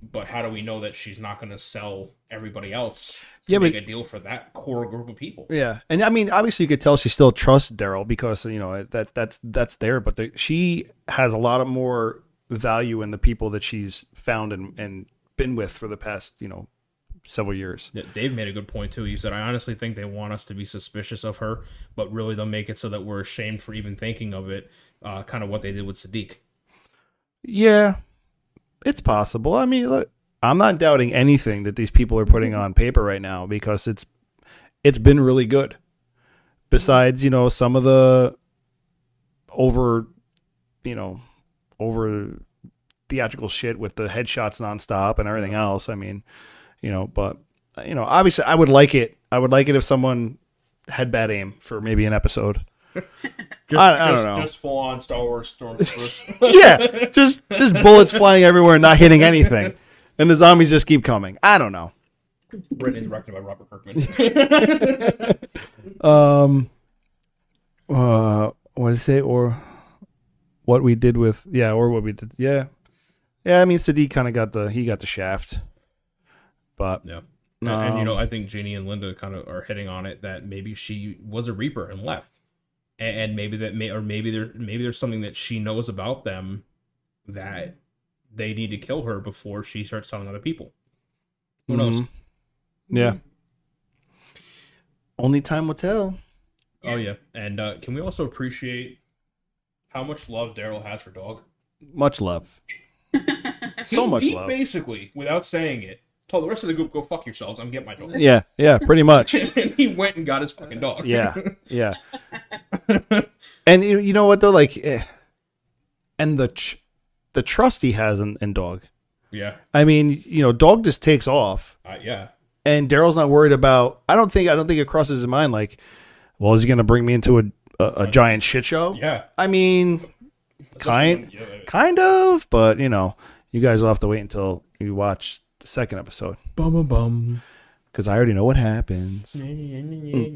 But how do we know that she's not going to sell everybody else? To
Yeah,
make
but-
a deal for that core group of people.
yeah, and I mean, obviously, you could tell she still trusts Daryl because you know that that's that's there, but the, she has a lot of more value in the people that she's found and and been with for the past you know several years.
Yeah, Dave made a good point too. He said, "I honestly think they want us to be suspicious of her, but really they'll make it so that we're ashamed for even thinking of it." Uh, kind of what they did with Sadiq.
Yeah, it's possible. I mean, look, I'm not doubting anything that these people are putting on paper right now because it's it's been really good. Besides, you know, some of the over, you know, over theatrical shit with the headshots nonstop and everything else. I mean, you know, but you know, obviously, I would like it. I would like it if someone had bad aim for maybe an episode.
Just,
I don't
just,
know.
just full on Star Wars [LAUGHS] stormtroopers.
[LAUGHS] yeah, just just bullets flying everywhere and not hitting anything, and the zombies just keep coming. I don't know.
written and directed by Robert Kirkman.
Um, uh, what did I say? Or what we did with yeah, or what we did yeah, yeah. I mean, Sadiq kind of got the he got the shaft, but
Yeah. And, and, you
Um,
know, I think Jeannie and Linda kind of are hitting on it that maybe she was a Reaper and left, A- and, maybe that may or maybe there maybe there's something that she knows about them that they need to kill her before she starts telling other people. Who knows?
Mhm. yeah. Only time will tell.
Oh yeah, and uh, can we also appreciate how much love Daryl has for Dog?
Much [LAUGHS] love. so
He-
much
he
love.
Basically, without saying it, told the rest of the group go fuck yourselves. I'm getting my dog.
Yeah, yeah, pretty much.
[LAUGHS] and he went and got his fucking dog.
yeah yeah and you, you know what though like eh, and the tr- the trust he has in, in dog
[LAUGHS] yeah,
i mean you know dog just takes off
uh, yeah.
and daryl's not worried about i don't think i don't think it crosses his mind like well is he gonna bring me into a a, a giant shit show
Yeah.
i mean kind
Yeah, yeah.
kind of but you know you guys will have to wait until you watch the second episode
Bum bum bum.
because i already know what happens Mm,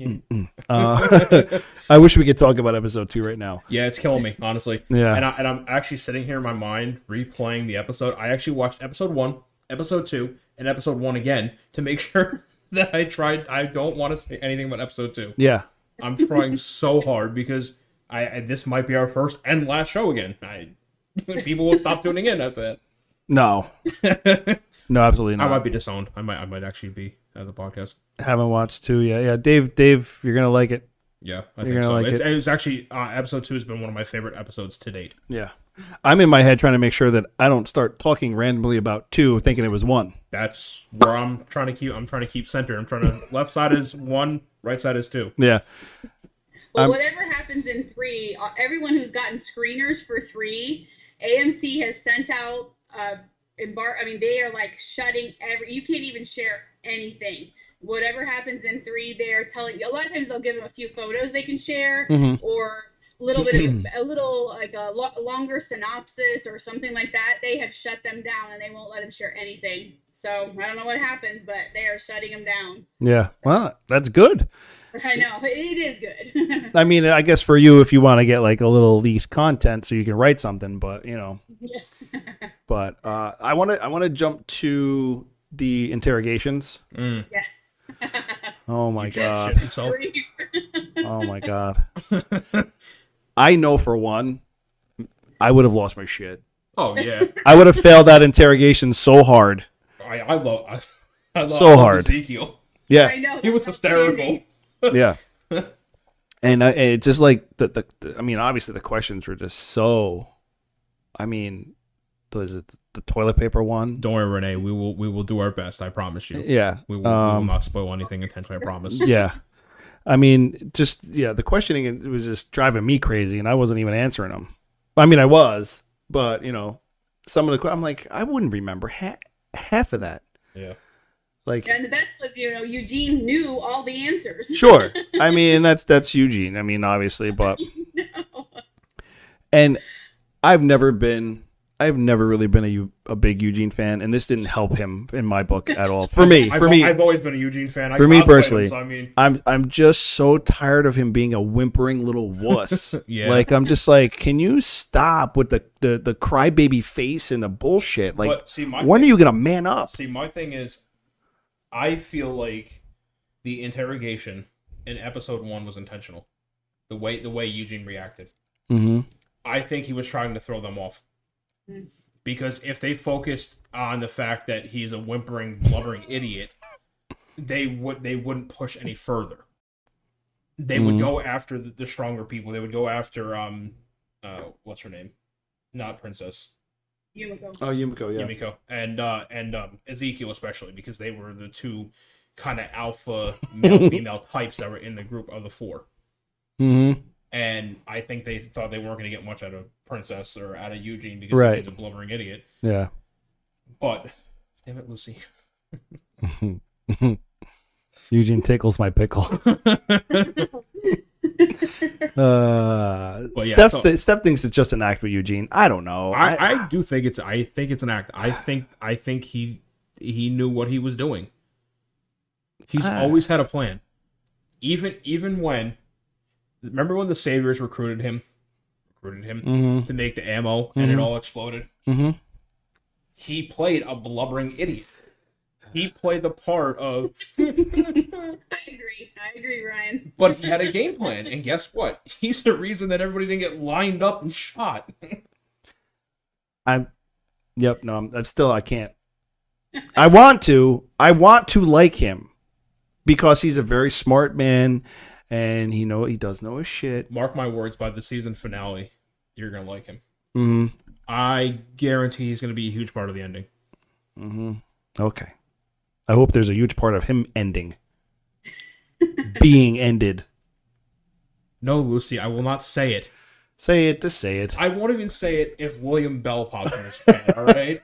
uh, [LAUGHS] i wish we could talk about episode two right now
Yeah, it's killing me, honestly.
Yeah.
And, I, and I'm actually sitting here in my mind replaying the episode. I actually watched episode one, episode two, and episode one again to make [LAUGHS] sure that I tried. I don't want to say anything about episode two.
yeah
I'm
[LAUGHS]
trying so hard because I, I this might be our first and last show again. I [LAUGHS] people will stop tuning in after that. [LAUGHS]
No. no, absolutely
I
not.
might be disowned. I might I might actually be at the podcast.
haven't watched two yet. Yeah, Dave, Dave, you're gonna like it.
Yeah, I
gonna
think so.
like
it's,
it.
it. was actually uh, episode two has been one of my favorite episodes to date.
Yeah. I'm in my head trying to make sure that I don't start talking randomly about two thinking it was one.
that's where I'm trying to keep. I'm trying to keep center. I'm trying to left side is one, right side is two.
Yeah.
Well,
Um,
whatever happens in three, uh, everyone who's gotten screeners for three, AMC has sent out. Uh, embar- I mean, they are like shutting every. You can't even share anything. Whatever happens in three, they're telling. A lot of times they'll give them a few photos they can share,
Mm-hmm.
or a little bit of a little like a lo- longer synopsis or something like that. They have shut them down and they won't let them share anything. So I don't know what happens, but they are shutting them down. [LAUGHS]
Yeah. Well, that's good.
I know it is good. [LAUGHS]
I mean, I guess for you if you want to get like a little leaked content so you can write something, but you know. but uh I wanna I wanna jump to the interrogations.
yes.
Oh my god.
Shit himself.
Oh my god. I know for one, I would have lost my shit.
Oh yeah,
I would have failed that interrogation so hard.
I, I love. I, I love
So hard.
Ezekiel.
Yeah,
I know.
He was
that's
hysterical.
outstanding.
yeah. And I, and it just like the, the, the- I mean, obviously the questions were just so. I mean, was it the toilet paper one?
Don't worry, Renee. We will we will do our best. I promise you.
Yeah.
We will, we will
Um,
not spoil anything intentionally. I promise.
yeah. I mean, just yeah, the questioning it was just driving me crazy, and I wasn't even answering them. I mean, I was, but you know, some of the que- I'm like, I wouldn't remember ha- half of that.
Yeah.
Like,
And the best was, you know, Eugene knew all the answers.
sure. I mean, that's that's Eugene. I mean, obviously, but and I've never been. I've never really been a, Eu- a big Eugene fan, and this didn't help him in my book at all. For
[LAUGHS]
me,
I've,
for me,
I've always been a Eugene fan. I
For me
cosplayed him,
personally.
so I mean,
I'm I'm just so tired of him being a whimpering
[LAUGHS]
little wuss.
Yeah.
Like I'm just like, can you stop with the the, the crybaby face and the bullshit? Like,
But see, my
when
thing-
are you gonna man up?
see, my thing is, I feel like the interrogation in episode one was intentional. The way the way Eugene reacted,
Mm-hmm.
I think he was trying to throw them off.
Hmm.
Because if they focused on the fact that he's a whimpering, blubbering idiot, they would they wouldn't push any further. They would
Mhm.
go after the, the stronger people. They would go after um, uh, what's her name? Not princess.
[LAUGHS] You would go,
Oh, Yumiko,
Yumiko and uh, and um, Ezekiel especially because they were the two kind of alpha male female types that were in the group of the four.
Mm-hmm.
And I think they thought they weren't going to get much out of Princess or out of Eugene because
Right.
he's a blubbering idiot.
Yeah.
But damn it, Lucy.
Eugene tickles my
[LAUGHS]
pickle. [LAUGHS] uh,
But yeah,
Steph's
so-
th- Steph thinks it's just an act with Eugene. I don't know.
I, I do think it's I think it's an act. I think I think he he knew what he was doing. He's
Ah.
always had a plan. Even even when remember when the Saviors recruited him recruited him
mm-hmm.
to make the ammo and it
Mhm.
all exploded.
Mm-hmm.
He played a blubbering idiot. He played the part of,
I agree. I agree, Ryan.
but he had a game plan. And guess what? [LAUGHS] He's the reason that everybody didn't get lined up and shot.
I'm. Yep. No. I'm, I'm still. I can't. I want to. I want to like him because he's a very smart man, and he know he does know his shit.
Mark my words, by the season finale, you're going to like him.
Hmm.
I guarantee he's going to be a huge part of the ending.
Hmm. Okay. I hope there's a huge part of him ending, being ended.
No, Lucy, I will not say it.
Say it. Just say it.
I won't even say it if William Bell pops [LAUGHS] in his fan, all right?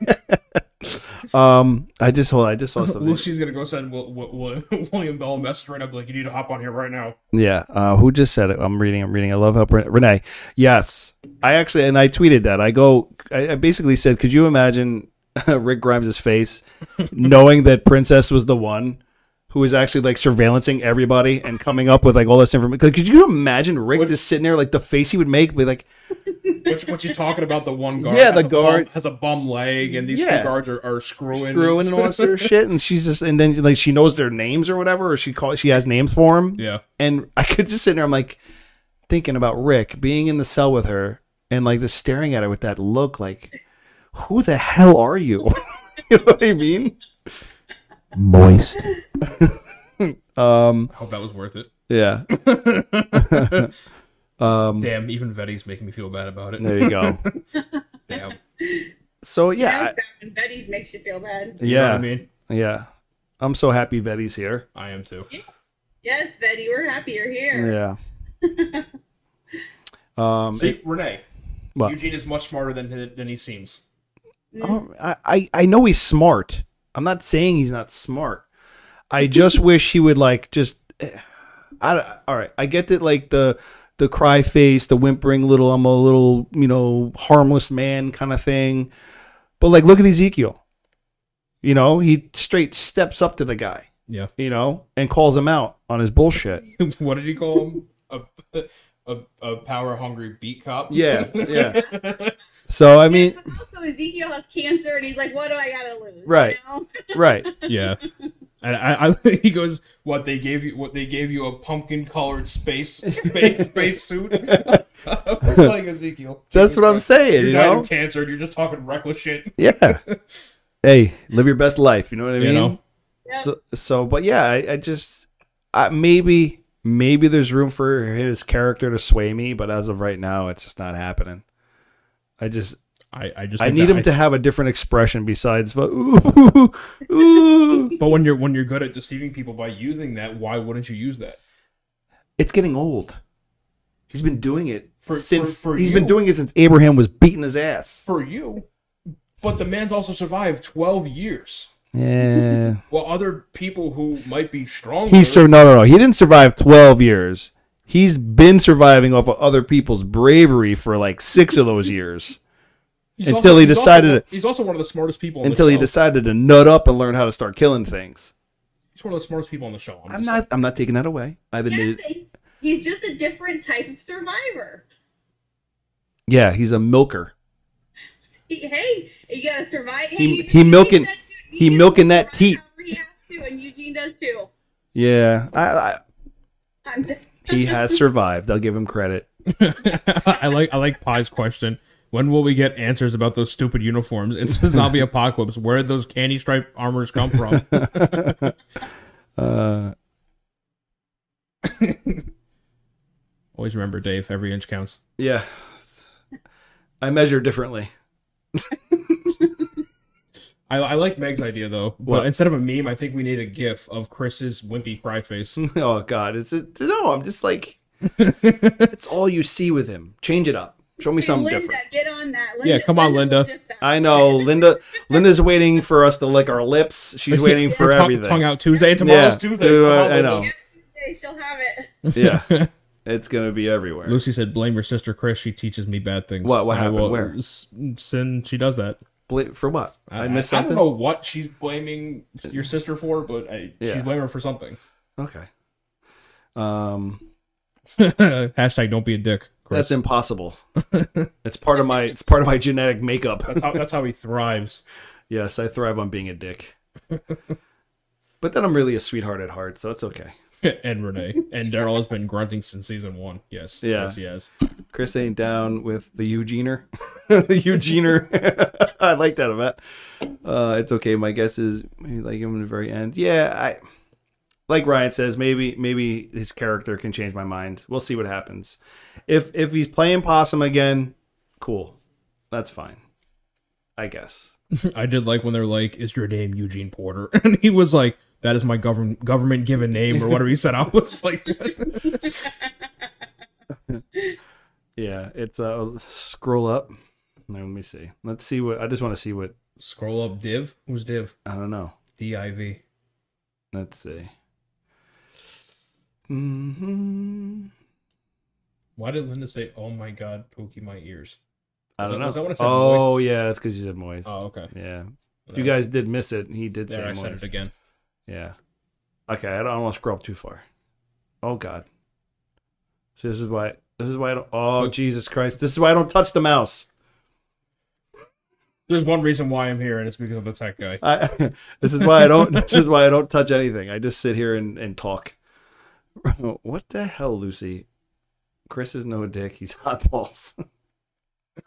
Um. I just hold. on, I just saw something.
Lucy's going to go send Will, Will, Will, [LAUGHS] William Bell a message right up like, you need to hop on here right now.
Yeah. Uh, who just said it? I'm reading. I'm reading. I love how Ren- Renee. Yes. I actually, and I tweeted that. I go. I, I basically said, could you imagine [LAUGHS] Rick Grimes'
[LAUGHS]
face, knowing that Princess was the one who was actually like surveillancing everybody and coming up with like all this information? Could you imagine Rick
What-
just sitting there, like the face he would make, be like,
Which, what you talking about? The one guard,
Yeah, the
has a bum-
guard.
has a bum leg, and these
Yeah.
two guards are, are screwing,
screwing and all that sort of shit, and she's just, and then like she knows their names or whatever, or she call she has names for him.
[LAUGHS] Yeah,
and I could just sit there. I'm like thinking about Rick being in the cell with her and like just staring at her with that look, like, who the hell are you? [LAUGHS] you know what I mean?
moist.
Um,
I hope that was worth it.
yeah. um,
Damn, even Vetti's making me feel bad about it.
there you go.
Damn, you
So
That was
yeah,
bad when Betty makes you feel bad.
know what
yeah,
I mean,
yeah. I'm so happy Betty's here.
I am too.
Yes. Yes, Betty, we're happy you're here.
Yeah. Um,
See, Renee,
What?
Eugene is much smarter than than he seems.
Oh, I, I I know he's smart. I'm not saying he's not smart. I just wish he would like just. eh, I all right. I get that like the the cry face, the whimpering little I'm a little you know harmless man kind of thing, but like look at Ezekiel. You know he straight steps up to the guy.
Yeah.
You know and calls him out on his bullshit.
[LAUGHS] what did he call him? A a, a power hungry beat cop. [LAUGHS]
Yeah, yeah. So I mean,
also Ezekiel has cancer, and he's like, "What do I gotta lose?"
Right.
You know? [LAUGHS]
right.
yeah. And I, I [LAUGHS] he goes, "What they gave you? What they gave you a pumpkin
[LAUGHS]
colored space space space suit?" [LAUGHS] it's like Ezekiel.
That's what I'm saying,
You're
you
dying
know?
of cancer. and You're just talking reckless shit. [LAUGHS]
Yeah. hey, live your best life. You know what I mean?
You know?
Yep.
So, so, but yeah, I, I just I, maybe maybe there's room for his character to sway me, but as of right now, it's just not happening. I just
I, I just
I
think
need
that
him to have a different expression besides but ooh, [LAUGHS] ooh.
But when you're when you're good at deceiving people by using that, why wouldn't you use that?
it's getting old. He's been doing it
For-
since
for- for
he's
you.
been doing it since Abraham was beating his
[LAUGHS]
ass.
For you. But the man's also survived 12 years.
Yeah.
While other people who might be stronger,
He sur- no no no. He didn't survive twelve years. He's been surviving off of other people's bravery for like six of those years
he's
until he
he's
decided
Also,
it-
he's also one of the smartest people. On
until
the
he
show.
decided to nut up and learn how to start killing things.
He's one of the smartest people on the show.
I'm
just
not. I'm not taking that away. I've
Yeah,
admitted.
he's- he's just a different type of survivor.
Yeah, he's a milker.
He, hey, you gotta survive. Hey,
He-
Eugene
he
does
milking-
that too.
he
Eugene
milking
will
that
survive
teat.
however He has to, and Eugene does too.
Yeah, I, I,
I'm d-
[LAUGHS] he
[LAUGHS]
has survived. I'll give him credit.
[LAUGHS] I like I like Pie's question. When will we get answers about those stupid uniforms? It's
[LAUGHS]
the zombie apocalypse. Where did those candy stripe armors come from?
Uh,
Always remember, Dave. Every inch counts.
Yeah. I measure differently.
I, I like Meg's idea though. But
What?
instead of a meme, I think we need a GIF of Chris's wimpy cry face.
[LAUGHS] oh God, it's it, no. I'm just like, it's all you see with him. Change it up. Show me
Hey,
something
Linda,
different.
get on that. Linda,
Yeah, come on,
will
Linda.
zip that.
I know, Linda. Linda's waiting for us to lick our lips. She's waiting for
tongue,
everything.
Tongue out Tuesday. Tomorrow's
Yeah,
Tuesday.
dude,
Come on,
I- I know.
Yeah, Tuesday, she'll have it. [LAUGHS]
Yeah, it's gonna be everywhere.
Lucy said, "Blame your sister, Chris. She teaches me bad things."
What- what
I
happened?
will-
Where?
s- Sin. She does that.
Bla- for what? I, missed
I
something.
don't know what she's blaming your sister for, but I,
Yeah.
she's blaming her for something.
Okay. Um,
Hashtag don't be a dick, Chris.
that's impossible. it's part of my. It's part of my genetic makeup.
That's how that's how he thrives. [LAUGHS]
Yes, I thrive on being a dick. but then I'm really a sweetheart at heart, so it's okay.
and Renee and Daryl has been grunting since season one. Yes,
Yeah.
yes, yes. [LAUGHS]
Chris ain't down with the Eugener. [LAUGHS] the Eugener. [LAUGHS] I like that about. Uh, it's okay. My guess is maybe like him in the very end. Yeah, I like Ryan says maybe maybe his character can change my mind. We'll see what happens. If if he's playing possum again, cool. That's fine. I guess.
I did like when they're like, "Is your name Eugene Porter?" [LAUGHS] and he was like, "That is my government government given name or whatever he said." I was like, [LAUGHS]
Yeah, it's uh scroll up. Let me see. Let's see what I just want to see what
"Scroll up, Div. Who's Div?
I don't know.
D I V."
Let's see. hmm
Why did Linda say, "Oh my God, pokey my ears"?
I
Was
don't
that-
know.
was that what I said,
oh yeah, it's because you said moist.
Oh, okay.
Yeah, if you guys did miss it. He did
there, I
say
said
moist.
it again.
Yeah. Okay, I don't want to scroll up too far. Oh God. So this is why. This is why. I don't, oh
Look.
Jesus Christ! This is why I don't touch the mouse.
There's one reason why I'm here, and it's because of the tech guy.
I, [LAUGHS] this is why I don't. this is why I don't touch anything. I just sit here and, and talk. [LAUGHS] what the hell, Lucy? Chris is no dick. He's hot balls. [LAUGHS]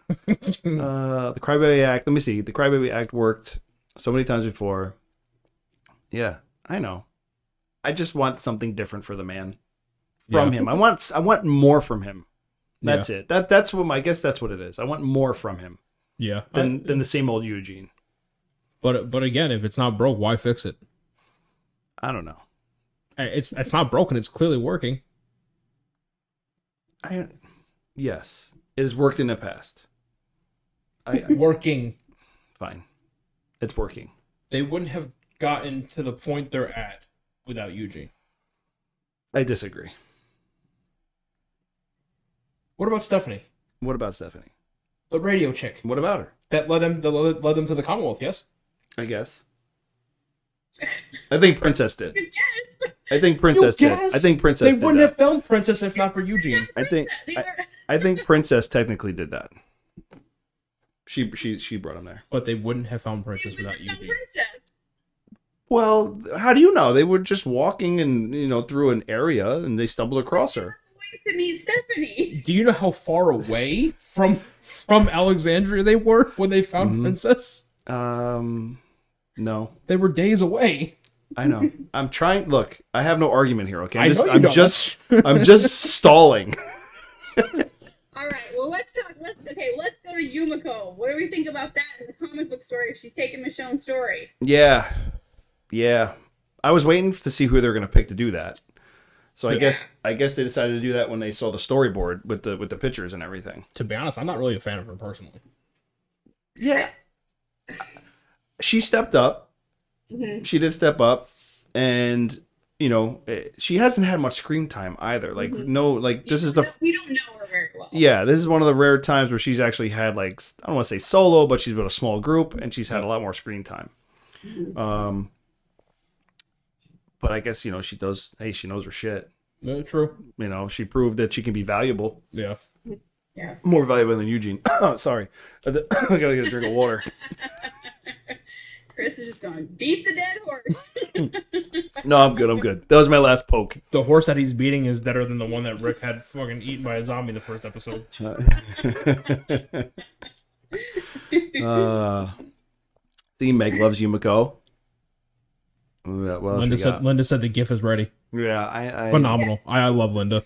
uh, the Crybaby Act. Let me see. The Crybaby Act worked so many times before. Yeah, I know. I just want something different for the man from
Yeah.
him. I want. s- I want more from him. That's it. That that's what my I guess. That's what it is. I want more from him
Yeah,
than than the same old Eugene.
but but again, if it's not broke, why fix it?
I don't know.
Uh, It's it's not broken. It's clearly working.
I yes, it has worked in the past. I,
[LAUGHS]
I
Working.
fine, it's working.
They wouldn't have gotten to the point they're at without Eugene.
I disagree.
What about Stephanie,
What about Stephanie?
the radio chick
What about her?
that led them that led led them to the Commonwealth? Yes.
I guess. I think Princess did.
Yes,
I think Princess
You
did. I
guess?
think Princess.
They
did
wouldn't
that.
have filmed Princess if not for Eugene.
I think.
they
I,
were.
I think Princess technically did that. She she she brought him there.
But they wouldn't have found
They
Princess
were the
without
young
Eugene.
princess.
Well, how do you know? They were just walking and you know through an area and they stumbled across her.
to meet Stephanie.
Do you know how far away from from Alexandria they were when they found Princess?
Um, no,
They were days away.
I
[LAUGHS]
know. I'm trying. Look, I have no argument here. Okay,
I
I'm just,
know you
I'm
don't.
just, I'm just
[LAUGHS]
stalling.
All right, well let's talk. Let's okay, let's go to Yumiko. What do we think about that in the comic book story? If she's taking Michonne's story,
Yeah, yeah. I was waiting to see who they were going to pick to do that. So I
Yeah.
guess, I guess they decided to do that when they saw the storyboard with the with the pictures and everything.
To be honest, I'm not really a fan of her personally.
Yeah. She stepped up.
Mm-hmm.
Mhm.
She did step up, and you know eh, she hasn't had much screen time either. Like
Mm-hmm.
no, like this is the f-
we don't know her very well.
yeah. This is one of the rare times where she's actually had like s- I don't want to say solo, but she's been a small group and she's had a lot more screen time. Um, but I guess you know she does. Hey, she knows her shit.
Uh, true.
You know she proved that she can be valuable,
Yeah.
more valuable than Eugene. [COUGHS] Sorry, I gotta get a drink of water.
Chris is just going beat the dead
[LAUGHS]
horse.
No, I'm good. I'm good. That was my last poke. [LAUGHS]
The horse that he's beating is better than the one that Rick had fucking eaten by a zombie the first episode.
uh, see, Meg loves Yumiko. Ooh, that- what else
Linda
we
said
got?
Linda said the GIF is ready.
yeah, I, I
Phenomenal. I, I love Linda.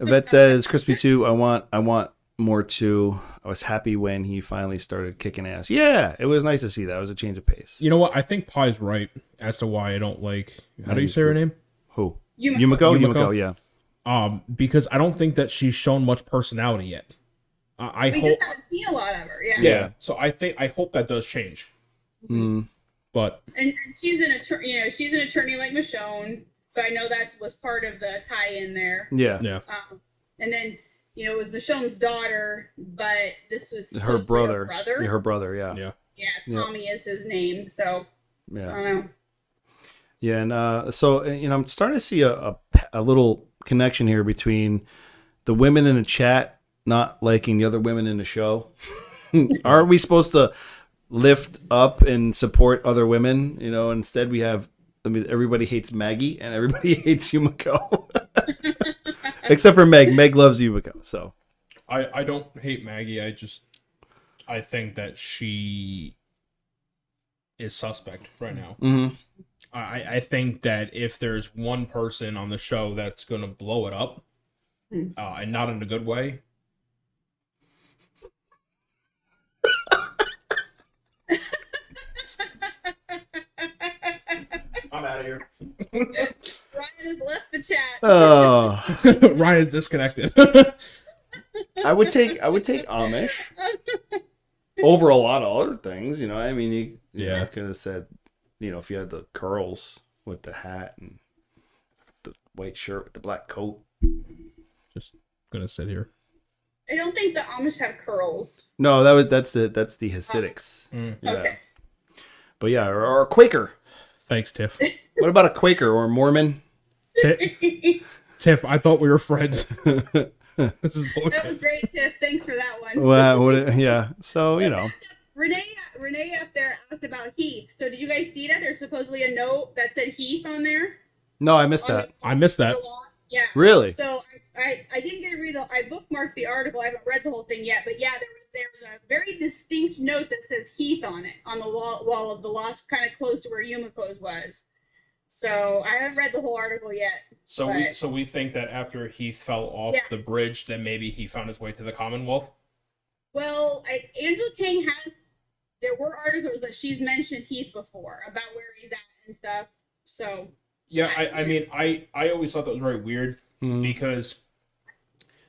Yvette says crispy too. I want, I want more too. I was happy when he finally started kicking ass. Yeah, it was nice to see that. It was a change of pace.
You know what? I think Pie's right as to why I don't like how do you say her name?
Who?
Yumiko.
Yumiko. Yumiko.
Yumiko?
yeah.
Um, because I don't think that she's shown much personality yet. I, I
We
hope
just haven't seen a lot of her. Yeah.
yeah. So I think I hope that does change.
Mm,
But
And, and she's an attorney. You know, she's an attorney like Michonne. So I know that was part of the tie-in there.
yeah.
yeah.
Um, and then you know it was Michonne's daughter, but this was
Her
supposed to be
brother.
brother.
Yeah, her brother. Yeah.
Yeah.
yeah,
yeah.
Tommy is his name. So
Yeah.
I don't know. [LAUGHS]
Yeah, and uh, so uh, you know, I'm starting to see a, a pa- a little connection here between the women in the chat not liking the other women in the [LAUGHS] show. Aren't we supposed to lift up and support other women? You know, instead we have I mean, everybody hates Maggie and everybody [LAUGHS] hates [LAUGHS] Yumiko, except for Meg. Meg loves Yumiko, so
I, I don't hate Maggie. I just I think that she is suspect right now.
Mhm.
I, I think that if there's one person on the show that's going to blow it up,
Mm.
uh, and not in a good way, I'm out of here.
Ryan has left the chat.
oh,
[LAUGHS] Ryan is disconnected. [LAUGHS] I
I would take I would take Amish over a lot of other things. You know, I mean, you, yeah,
Yeah.
could have said, you know, if you had the curls with the hat and the white shirt with the black coat.
gonna sit here.
I don't think the Amish have curls.
No, that was that's the that's the Hasidics.
Mm.
Yeah,
Okay.
but yeah, or, or a Quaker.
Thanks, Tiff.
What about a Quaker or a Mormon?
Tiff, I thought we were friends. [LAUGHS]
well,
this is bullshit.
[LAUGHS] that was great, Tiff. Thanks for that one.
what- yeah. So you know,
Renee, Renee up there asked about Heath. So did you guys see that? There's supposedly a note that said Heath on there.
no, I missed
On [LAUGHS]
that.
the-
I missed that.
Yeah.
Really?
So I, I, I didn't get to read the. I bookmarked the article. I haven't read the whole thing yet. But yeah, there was there was a very distinct note that says Heath on it on the wall wall of the lost, kind of close to where Yumiko's was. So I haven't read the whole article yet.
So we
Right.
so we think that after Heath fell off
Yeah.
the bridge, then maybe he found his way to the Commonwealth.
Well, I, Angela King has. There were articles that she's mentioned Heath before about where he's at and stuff. So
Yeah, I, I mean, I I always thought that was very weird
Mhm.
because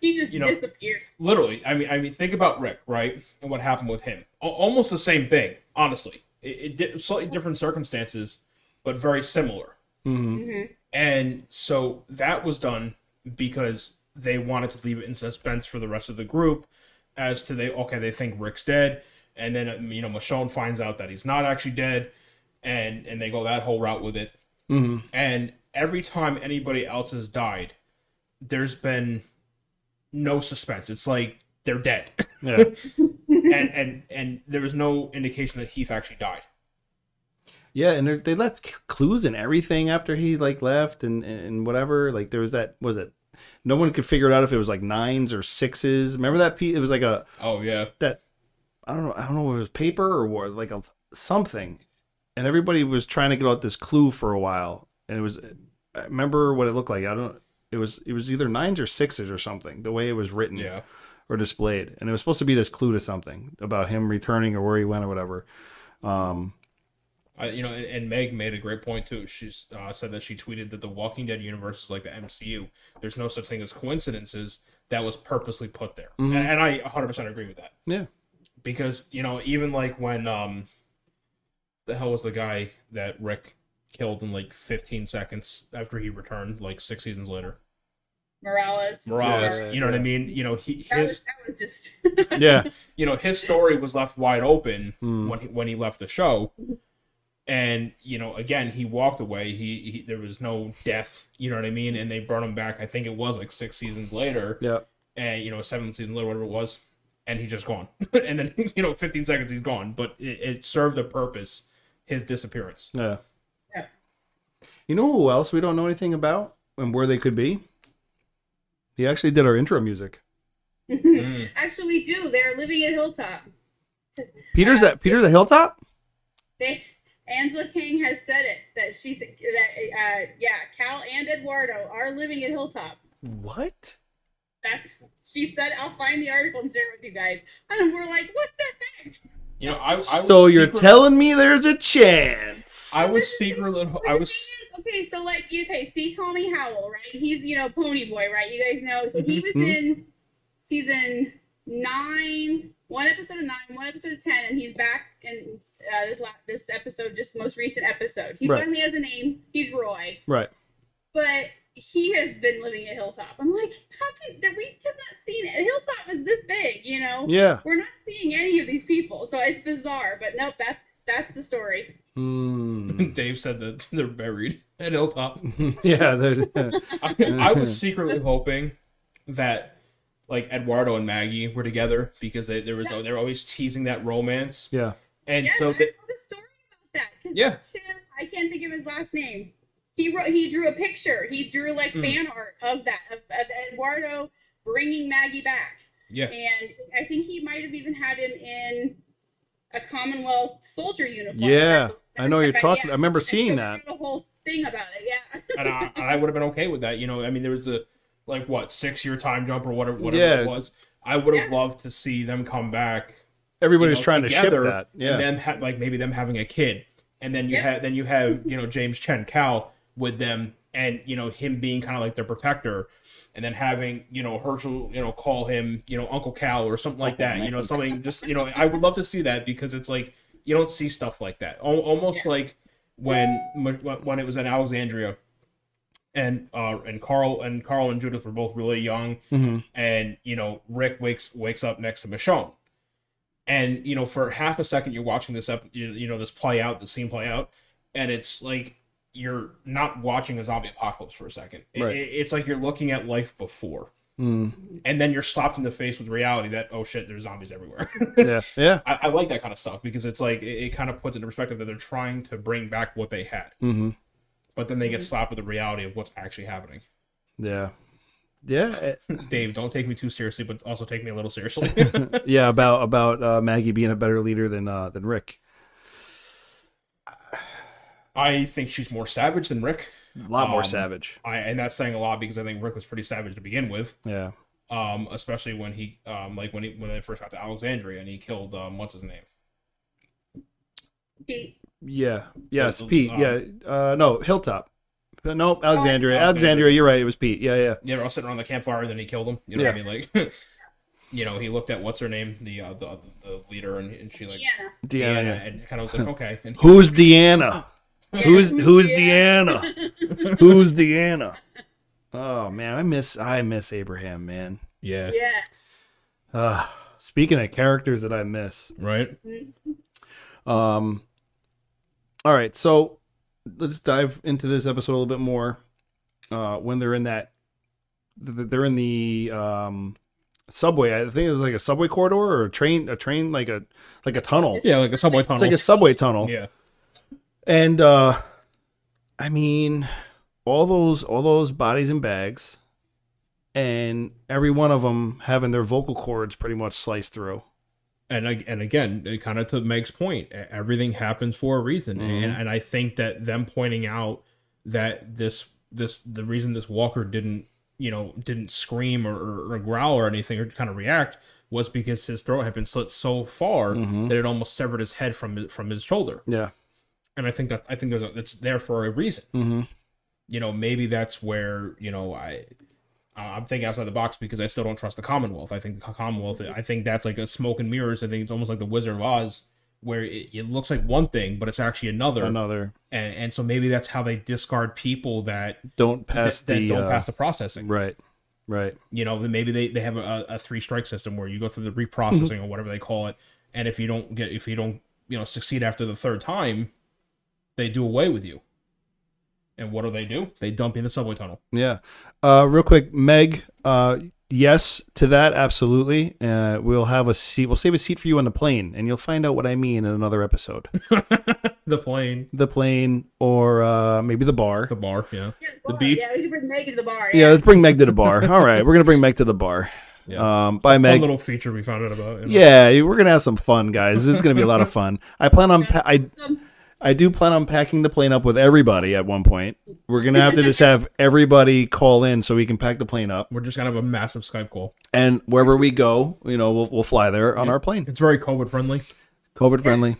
he just
You know-
disappeared.
literally, I mean, I mean, think about Rick, right, and what happened with him. Al almost the same thing, honestly. It, it did slightly different circumstances, but very similar.
Mhm.
Mm-hmm.
And so that was done because they wanted to leave it in suspense for the rest of the group as to they okay, they think Rick's dead, and then uh, you know Michonne finds out that he's not actually dead, and and they go that whole route with it.
Mhm.
And every time anybody else has died, there's been no suspense. It's like they're dead,
Yeah.
and and and there was no indication that Heath actually died.
Yeah, and they're- they left c- clues and everything after he like left and and whatever. Like there was that was it. No one could figure it out if it was like nines or sixes. Remember that piece? It was like a
Oh yeah.
that I don't know. I don't know if it was paper or what, like a something. And everybody was trying to get out this clue for a while, and it was. I remember what it looked like. I don't. It was it was either nines or sixes or something. The way it was written
Yeah.
or displayed, and it was supposed to be this clue to something about him returning or where he went or whatever. Um,
I, you know, and, and Meg made a great point too. She uh, said that she tweeted that the Walking Dead universe is like the MCU. There's no such thing as coincidences. That was purposely put there,
Mhm.
and, and I 100% agree with that.
Yeah.
because you know, even like when um, the hell was the guy that Rick killed in like 15 seconds after he returned, like six seasons later,
Morales.
Morales.
whatever.
you know what I mean? You know, he
That was
his
that was just [LAUGHS]
yeah,
you know his story was left wide open
Hmm.
when he when he left the show and you know again he walked away he, he there was no death you know what i mean and they brought him back i think it was like six seasons later
yeah.
and you know seven seasons later whatever it was and he's just gone [LAUGHS] and then you know 15 seconds he's gone but it, it served a purpose his disappearance
Yeah.
Yeah.
You know who else we don't know anything about and where they could be? He actually did our intro music.
Mm.
actually we do. They're living at Hilltop.
Peter's that Peter's a hilltop?
They Angela King has said it that she's that uh, yeah Cal and Eduardo are living at Hilltop.
What?
That's she said. I'll find the article and share it with you guys. And we're like, what the heck?
you know i, I
So you're
secret-
telling me there's a chance.
i was secretly
But
i
the
was [LAUGHS]
thing is- okay. So like, okay, see Tommy Howell, right? He's you know Pony Boy, right? You guys know. So he was
Mhm.
in season nine, one episode of nine, one episode of ten, and he's back in uh, this la- this episode, just the most recent episode. He
Right.
finally has a name. He's Roy,
right.
but he has been living at Hilltop. I'm like, how can that we have not seen it? Hilltop is this big, you know.
Yeah.
We're not seeing any of these people, so it's bizarre. But nope, that's that's the story.
Hmm. [LAUGHS]
dave said that they're buried at hilltop
yeah, there's- [LAUGHS]
I, I was secretly hoping that like Eduardo and Maggie were together because they there was they're always teasing that romance.
yeah.
And
Yes,
so
I
they,
know the story about that. 'cause
Yeah.
Tim, I can't think of his last name. He wrote. He drew a picture. He drew like
Hmm.
fan art of that of, of Eduardo bringing Maggie back,
yeah,
and I think he might have even had him in a Commonwealth soldier uniform.
Yeah. I know what you're talking I
about
remember seeing that.
A whole thing about it. Yeah. [LAUGHS]
and I, and I would have been okay with that. You know, I mean there was a like what six year time jump or whatever whatever
Yeah.
it was. I would have loved to see them come back. you
Everybody's
know,
trying
together,
to ship that. Yeah.
and then ha- like maybe them having a kid, and then you
Yeah.
have then you have you know James Chen Cao with them, and you know him being kind of like their protector, and then having you know Herschel you know call him you know Uncle Cal or something like that. You know something just you know I would love to see that because it's like you don't see stuff like that. Al- almost like when when it was in Alexandria. And uh, and Carl and Carl and Judith were both really young,
Mhm.
and you know Rick wakes wakes up next to Michonne, and you know for half a second you're watching this up you, you know this play out the scene play out and it's like you're not watching a zombie apocalypse for a second It-
Right.
it- it's like you're looking at life before
Hmm.
and then you're slapped in the face with reality that oh shit there's zombies everywhere [LAUGHS]
Yeah. Yeah.
I, I like that kind of stuff because it's like it, it kind of puts into perspective that they're trying to bring back what they had
Mhm.
but then they get slapped with the reality of what's actually happening
Yeah. Yeah.
[LAUGHS]
eh,
dave don't take me too seriously but also take me a little seriously
yeah, about about uh, Maggie being a better leader than uh, than Rick.
i think she's more savage than rick
A lot more
Um,
savage.
I and that's saying a lot because I think Rick was pretty savage to begin with.
Yeah.
Um, especially when he um like when he when they first got to Alexandria and he killed um what's his name?
He-
Yeah. Yes,
the-
Pete.
um,
yeah. Uh, no, Hilltop. Uh, Nope, Alexandria.
Alexandria.
Alexandria, you're right. It was Pete. Yeah, yeah.
They were all sitting around the campfire and then he killed him. You know what I mean? Like [LAUGHS] you know, he looked at what's her name, the uh, the, the leader and, and she like
Deanna.
Deanna.
Deanna, and kind of was [LAUGHS] like, Okay. And
Who's Deanna? [LAUGHS] Who's
Yeah.
who's
Yeah.
Deanna? who's Deanna? Oh man, I miss I miss Abraham, man.
Yeah.
Yes.
Uh, speaking of characters that I miss.
[LAUGHS] Right?
Um All right, so let's dive into this episode a little bit more. Uh when they're in that th- th- they're in the um subway. I think it was like a subway corridor or a train a train like a like a tunnel.
Yeah, like a subway
It's
tunnel.
like a subway tunnel.
yeah.
And uh I mean all those all those bodies in bags and every one of them having their vocal cords pretty much sliced through.
and ag- and again, it kind of to Meg's point, e- everything happens for a reason, and and I think that them pointing out that this this the reason this Walker didn't you know didn't scream or, or, or growl or anything or kind of react was because his throat had been slit so far that it almost severed his head from his- from his shoulder.
Yeah.
and I think that I think there's a, it's there for a reason.
Mm-hmm.
You know, maybe that's where you know I I'm thinking outside the box because I still don't trust the Commonwealth. I think the Commonwealth. I think that's like a smoke and mirrors. I think it's almost like the Wizard of Oz, where it, it looks like one thing, but it's actually another.
Another
And, and so maybe that's how they discard people that
don't
that,
pass
that
the
don't
uh,
pass the processing.
right. Right.
You know, that maybe they, they have a, a three strike system where you go through the
Mm-hmm.
reprocessing or whatever they call it, and if you don't get if you don't you know succeed after the third time, they do away with you. And what do they do? They dump you in the subway tunnel.
Yeah. Uh, real quick, Meg. Uh, yes to that. Absolutely. Uh, we'll have a seat. We'll save a seat for you on the plane, and you'll find out what I mean in another episode. [LAUGHS]
[LAUGHS] The plane,
the plane, or uh, maybe the bar.
the bar, yeah.
Yeah,
The
bar.
beach.
Yeah, we can bring Megan to the bar.
Yeah, let's bring Meg to the bar. All right, we're gonna bring Meg to the bar.
[LAUGHS] Yeah.
Um, bye,
One
Meg.
little feature we found out about. you
[LAUGHS]
know.
Yeah, we're gonna have some fun, guys. It's gonna be a lot of fun. I plan on. Pa- I
Some-
I do plan on packing the plane up with everybody at one point. We're gonna have to just have everybody call in so we can pack the plane up.
We're just gonna have a massive Skype call.
And wherever we go, you know, we'll we'll fly there on our
[LAUGHS]
plane.
It's very COVID friendly.
COVID friendly.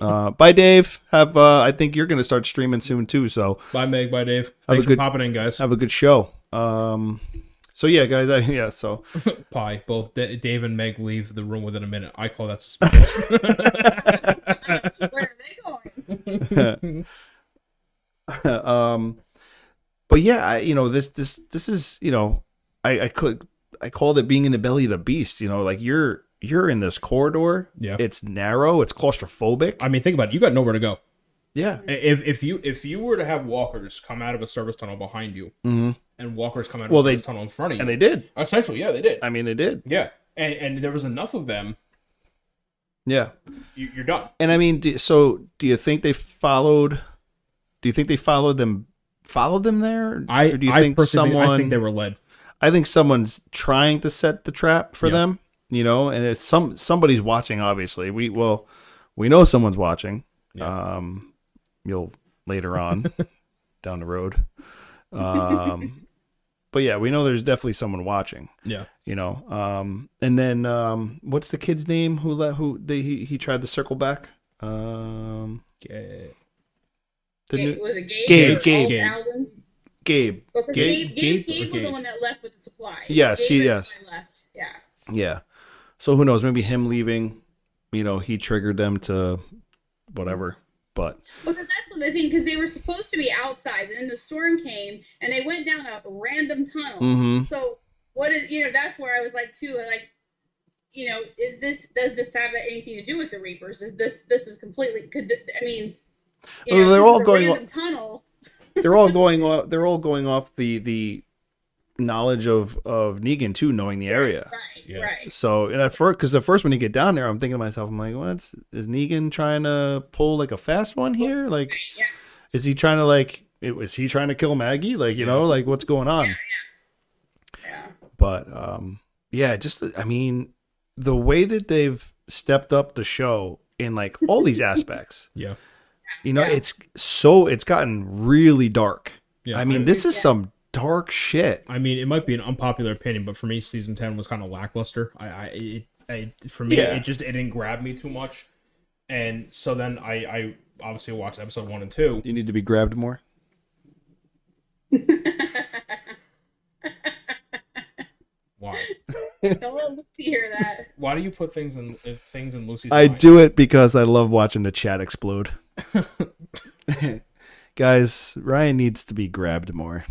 [LAUGHS]
uh, bye, Dave. Have uh, I think you're going to start streaming soon too. So
Bye Meg, bye Dave.
a
Thanks
good-
for popping in, guys.
have a good show. Um, so yeah, guys. I, [LAUGHS] yeah. So
Pie. Both D- Dave and Meg leave the room within a minute. I call that suspicious.
[LAUGHS]
Where are they going?
um, but yeah, I, you know this this this is you know I I could I called it being in the belly of the beast. You know, like you're you're in this corridor.
Yeah.
It's narrow. It's claustrophobic.
I mean, think about it. You got nowhere to go.
yeah.
If if you if you were to have walkers come out of a service tunnel behind you, and walkers come out of
Mm-hmm. Well,
a
they-
service tunnel in front of you,
And they did.
essentially, yeah, they did,
I mean, they did.
yeah, and and there was enough of them,
Yeah.
you, you're done.
And I mean, do, so do you think they followed? Do you think they followed them? Followed them there?
I
Or do you
I
think
personally
someone?
I think they were led.
someone's trying to set the trap for
Yeah.
them. You know, and it's some somebody's watching. Obviously, we well, we know someone's watching. Um, you'll later
[LAUGHS]
on down the road. Um, but yeah, we know there's definitely someone watching.
Yeah,
You know, um, and then um, what's the kid's name who let who they he, he tried to circle back? Um,
Ga-
the
It
new,
was a Gabe.
Gabe,
or
Gabe,
Gabe.
Alvin.
Gabe.
Well, 'cause
Gabe-
Gabe, Gabe, Gabe,
Gabe or
was the
Gabe?
one that left with the supply.
Yes,
Gabe
he-
was the
yes.
one that Left. Yeah.
Yeah. So who knows? Maybe him leaving, you know, he triggered them to whatever. But
Because that's what the thing, because they were supposed to be outside, and then the storm came, and they went down a random tunnel.
Mhm.
So what is you know that's where I was like too like, you know, is this does this have anything to do with the Reapers? Is this this is completely could th- I mean, you
Well,
know,
they're
this
all
is a
going-
random tunnel.
they're all going off. They're all going off the the knowledge of of Negan too, knowing the area.
Right,
Yeah.
right. [LAUGHS]
So and at first, because the first when you get down there, I'm thinking to myself, I'm like, what is Negan trying to pull like a fast one here? Like,
yeah.
is he trying to like? It was he trying to kill Maggie? Like, you know, like what's going on?
Yeah.
but um yeah just i mean the way that they've stepped up the show in like all
[LAUGHS]
these aspects
yeah,
you know it's so it's gotten really dark
yeah.
i mean this is
Yes.
some dark shit
I mean, it might be an unpopular opinion, but for me, season ten was kind of lackluster. I, I, it, I for me,
Yeah.
it just it didn't grab me too much, and so then I, I obviously watched episode one and two.
you need to be grabbed more
Why?
Don't let Lucy hear that.
Why do you put things in things in Lucy's?
i
mind?
do it because i love watching the chat [LAUGHS] explode guys ryan needs to be grabbed more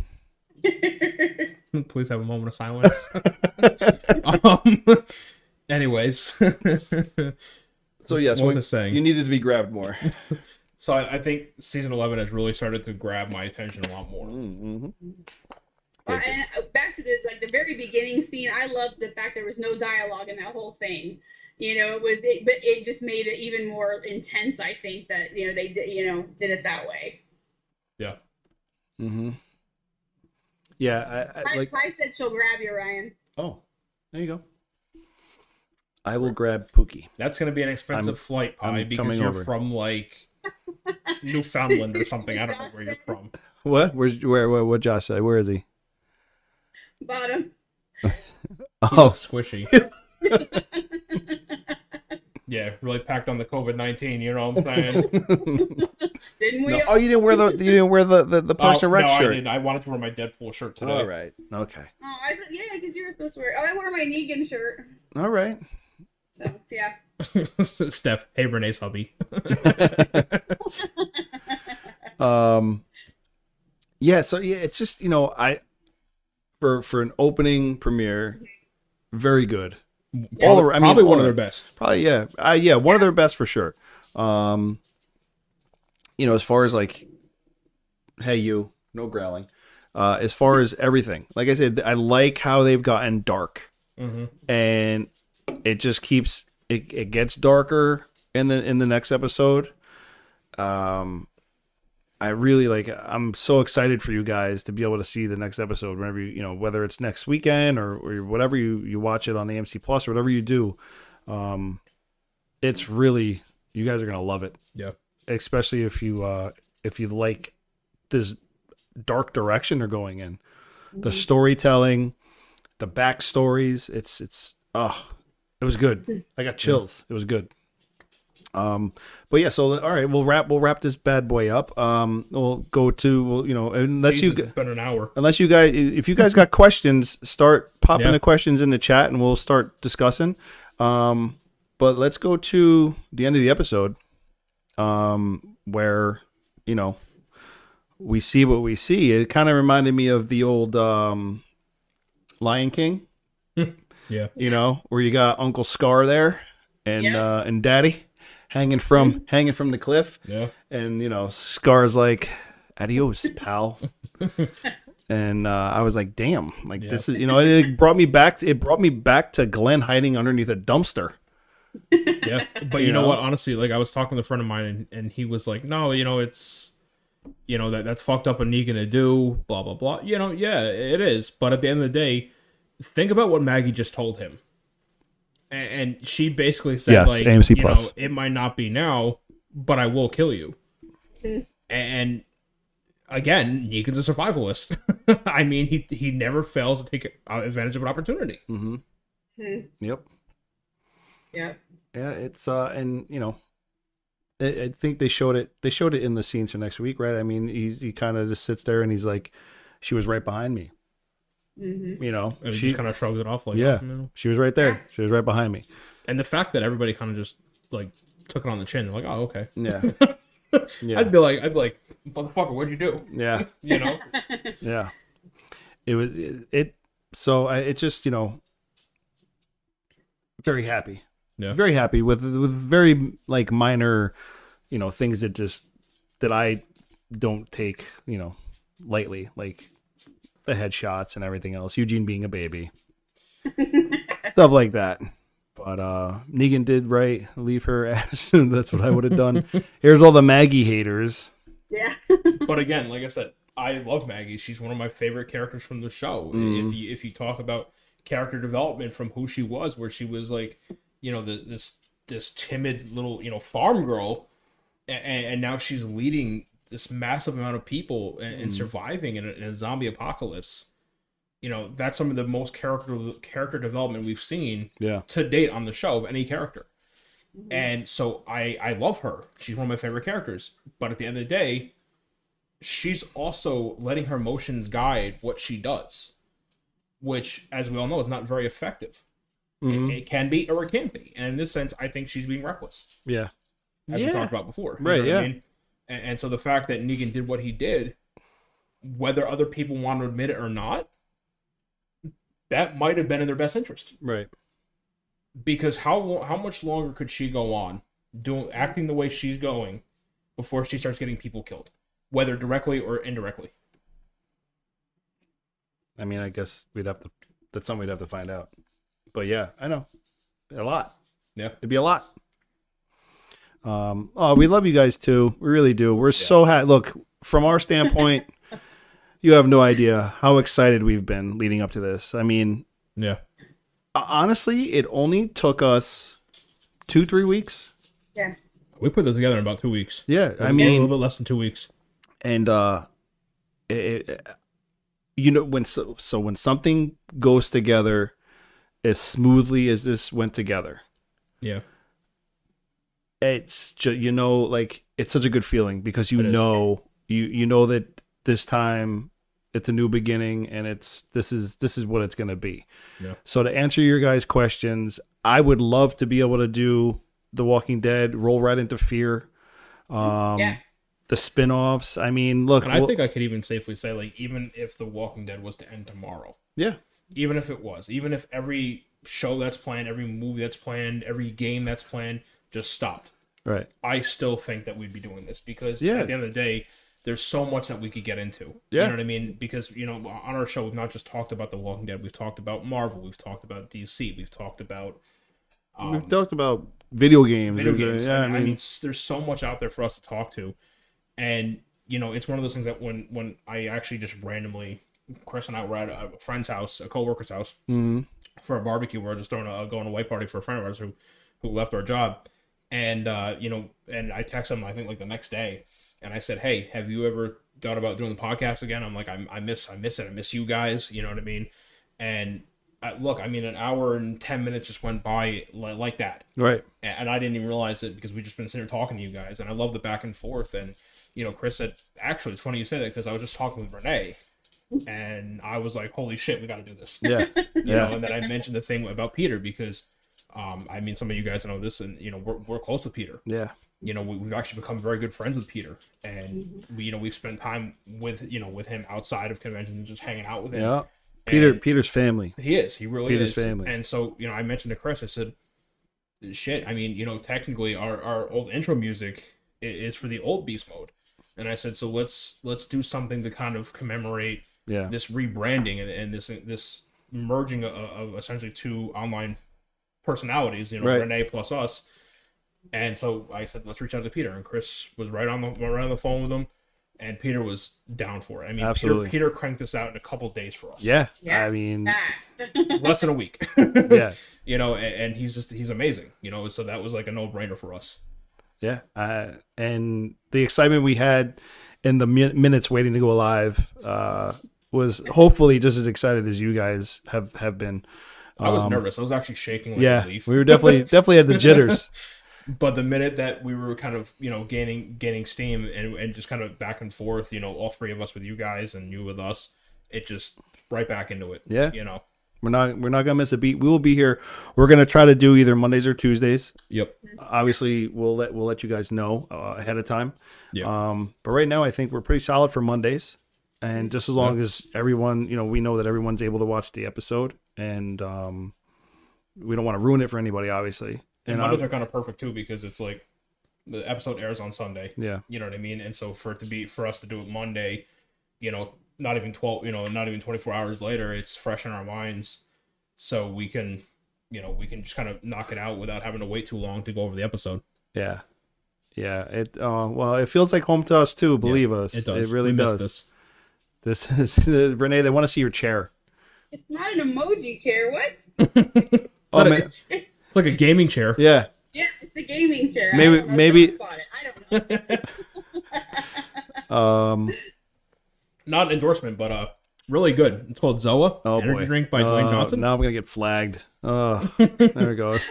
Please have a moment
[LAUGHS]
of silence. um, anyways, [LAUGHS]
so yes
What was I saying?
you needed to be grabbed more
so I, I think season eleven has really started to grab my attention a lot more.
Mm-hmm.
Well, and uh, back to the like the very beginning scene, I loved the fact there was no dialogue in that whole thing. you know, it was, it, but it just made it even more intense. I think that you know they did, you know, did it that way.
Yeah.
Mm-hmm. Yeah, I, I
I,
like.
I said she'll grab you, Ryan.
Oh, there you go. I will grab Pookie.
That's going to be an expensive flight, Pi,
I'm
because
coming
you're
over.
from like Newfoundland or something. I don't know where you're from.
What? Where's where? Where? What? Josh said. Where is he?
Bottom.
Oh, [LAUGHS]
Squishy. yeah, really packed on the COVID nineteen. You know what I'm saying?
Oh.
Didn't
[LAUGHS]
we?
no.
all?
oh, you didn't wear the you didn't wear the the, the Parks
Oh,
and Rec
no, I
shirt.
didn't. I wanted to wear my Deadpool shirt today.
All right. Okay.
Oh, I thought, yeah, because you were supposed to wear. Oh, I wore my Negan shirt.
All right.
So yeah,
[LAUGHS] Steph, hey Renee's hubby.
um yeah so yeah it's just you know i for for an opening premiere very good All around- I mean,
probably one
all
of their
around.
best.
probably yeah uh, yeah one of their best for sure um you know as far as like hey you no growling uh as far as everything like i said i like how they've gotten dark
Mm-hmm.
and it just keeps it, it gets darker in the in the next episode um i really like i'm so excited for you guys to be able to see the next episode whenever you you know whether it's next weekend or, or whatever you you watch it on amc plus or whatever you do um it's really you guys are gonna love it
Yeah.
especially if you uh if you like this dark direction they're going in the storytelling the backstories it's it's oh it was good i got chills it was good um but yeah so all right we'll wrap we'll wrap this bad boy up um we'll go to we'll, you know unless you
Jesus, it's been an hour.
unless you guys if you guys got questions start popping
Yeah.
the questions in the chat and we'll start discussing um but let's go to the end of the episode um where you know we see what we see it kind of reminded me of the old um lion king
Yeah.
you know where you got uncle scar there and
Yeah.
uh and daddy hanging from hanging from the cliff
Yeah.
and you know scar's like adios
[LAUGHS]
pal and uh, i was like damn like
Yeah.
this is you know it, it brought me back it brought me back to glenn hiding underneath a dumpster
yeah but you,
You
know,
know?
what honestly like i was talking to a friend of mine and, and he was like no you know it's you know that that's fucked up and negan to do blah blah blah you know yeah it is but at the end of the day think about what maggie just told him A- and, and she basically said
Yes,
like
AMC+.
you know it might not be now but i will kill you
Mhm.
and again negan's a survivalist [LAUGHS] i mean he he never fails to take uh, advantage of an opportunity
mm-hmm.
Hmm.
yep
yeah.
yeah it's uh and you know I, I think they showed it they showed it in the scenes for next week right i mean he's, he kind of just sits there and he's like she was right behind me
Mm-hmm.
you know
and he
she
just kind of shrugged it off like
Yeah.
"Oh, no."
she was right there she was right behind me
and the fact that everybody kind of just like took it on the chin, like, oh, okay. [LAUGHS]
yeah yeah
I'd be like, I'd be like, motherfucker, what'd you do?
yeah
You know?
Yeah. It was it, it so I it just, you know, very happy.
Yeah.
Very happy with with very like minor, you know, things that just that I don't take, you know, lightly, like the headshots and everything else, Eugene being a baby. Stuff like that. But uh Negan did right, leave her ass. [LAUGHS] That's what I would have done. Here's all the Maggie haters.
Yeah. [LAUGHS]
but again, like I said, I love Maggie. She's one of my favorite characters from the show. If you if you talk about character development from who she was, where she was like, you know, the, this this timid little you know farm girl, and, and now she's leading this massive amount of people and, and surviving in a, in a zombie apocalypse. You know, that's some of the most character character development we've seen
Yeah.
to date on the show of any character. And so I I love her. She's one of my favorite characters. But at the end of the day, she's also letting her emotions guide what she does, which, as we all know, is not very effective. It-
Mhm.
It, can be or it can't be. And in this sense, I think she's being reckless,
Yeah.
as
Yeah.
we talked about before.
Right,
what
yeah.
mean? And, and so the fact that Negan did what he did, whether other people want to admit it or not, that might have been in their best interest
Right.
because how lo- how much longer could she go on doing acting the way she's going before she starts getting people killed, whether directly or indirectly?
I mean, I guess we'd have to. That's something we'd have to find out. But yeah, I know a lot.
Yeah.
It'd be a lot. Um, oh, we love you guys too. We really do. We're so happy. Look, from our standpoint, you have no idea how excited we've been leading up to this. I mean,
Yeah.
ho- honestly, it only took us two, three weeks.
Yeah.
We put this together in about two weeks.
Yeah, I
a little
mean,
bit less than two weeks.
and uh, it, it- you know, when so, so when something goes together as smoothly as this went together,
Yeah.
it's just you know like it's such a good feeling because you
It is.
know you you know that this time it's a new beginning and it's this is this is what it's going to be
Yeah.
so to answer your guys questions i would love to be able to do the walking dead roll right into fear um
Yeah.
the spin-offs i mean look
And I
well-
think I could even safely say, like, even if The Walking Dead was to end tomorrow,
yeah
even if it was, even if every show that's planned, every movie that's planned, every game that's planned just stopped,
right
I still think that we'd be doing this because
Yeah.
at the end of the day, there's so much that we could get into.
Yeah.
You know what I mean? Because, you know, on our show, we've not just talked about The Walking Dead, we've talked about Marvel, we've talked about DC, we've talked about. Um,
we've talked about video games
video
We've-
games.
yeah
I, mean, I mean, s- there's so much out there for us to talk to, and you know, it's one of those things that when when I actually just randomly, Chris and I were at a friend's house, a coworker's house,
mhm.
for a barbecue. We were just throwing a going away party for a friend of ours who who left our job, and uh, you know, and I texted him I think like the next day, and I said, hey, have you ever thought about doing the podcast again? I'm like, I, I miss I miss it. I miss you guys. You know what I mean? And I, look, I mean, an hour and ten minutes just went by li- like that
right
and and I didn't even realize it because we just been sitting here talking to you guys, and I love the back and forth. And you know, Chris said, actually, it's funny you say that because I was just talking with Renee, and I was like, holy shit, we got to do this. [LAUGHS]
yeah
You
yeah
know, and then I mentioned the thing about Peter because, um, I mean, some of you guys know this, and you know, we're we're close with Peter
yeah
you know we, we've actually become very good friends with peter and we you know we've spent time with you know with him outside of conventions and just hanging out with him
yeah peter
And
peter's family
he is he really
Peter's
is
family.
and so you know i mentioned to chris i said shit i mean you know technically our our old intro music i- is for the old beast mode and i said so let's let's do something to kind of commemorate
yeah
this rebranding and, and this this merging of, of essentially two online personalities, you know,
Right.
Renee plus us. And so I said, let's reach out to Peter, and Chris was right on the right on the phone with him, and Peter was down for it. I mean, Peter,
Absolutely.
Peter cranked this out in a couple days for us.
yeah,
Yeah.
i mean
Fast. [LAUGHS]
less than a week.
[LAUGHS]
[LAUGHS]
yeah
you know, and, and he's just he's amazing. You know, so that was like a no brainer for us.
Yeah, uh, and the excitement we had in the min- minutes waiting to go live uh, was hopefully just as excited as you guys have have been.
I was
Um,
nervous. I was actually shaking like
Yeah,
a leaf.
we were
[LAUGHS]
definitely definitely had the jitters.
but the minute that we were kind of you know gaining gaining steam and, and just kind of back and forth you know all three of us with you guys and you with us it just right back into it
Yeah.
you know
We're not we're not gonna miss a beat. We will be here. We're gonna try to do either Mondays or Tuesdays.
yep
Obviously, we'll let we'll let you guys know uh, ahead of time.
Yeah.
Um, but right now, I think we're pretty solid for Mondays, and just as long as everyone, you know, we know that everyone's able to watch the episode, and um, we don't want to ruin it for anybody, obviously.
and
And uh,
Mondays
I,
are kind of perfect too because it's like the episode airs on sunday
yeah,
you know what i mean and so for it to be for us to do it monday you know not even 12 you know not even 24 hours later it's fresh in our minds so we can you know we can just kind of knock it out without having to wait too long to go over the episode
yeah, yeah. It uh, well, it feels like home to us too. Believe us,
it does
It really
We miss
does.
this.
This is [LAUGHS] Renee. They want to see your chair.
it's not an emoji chair. What?
Oh,
that a-
man.
it's like a gaming chair
yeah.
Yeah, it's a gaming chair. I
Maybe-
don't know.
maybe-
Don't spot it. I don't know.
Um.
not an endorsement, but uh, really good. It's called Zoa
Oh
energy
boy.
drink by Dwayne
Uh,
Johnson.
Now I'm gonna get flagged.
[LAUGHS]
Oh, there it goes.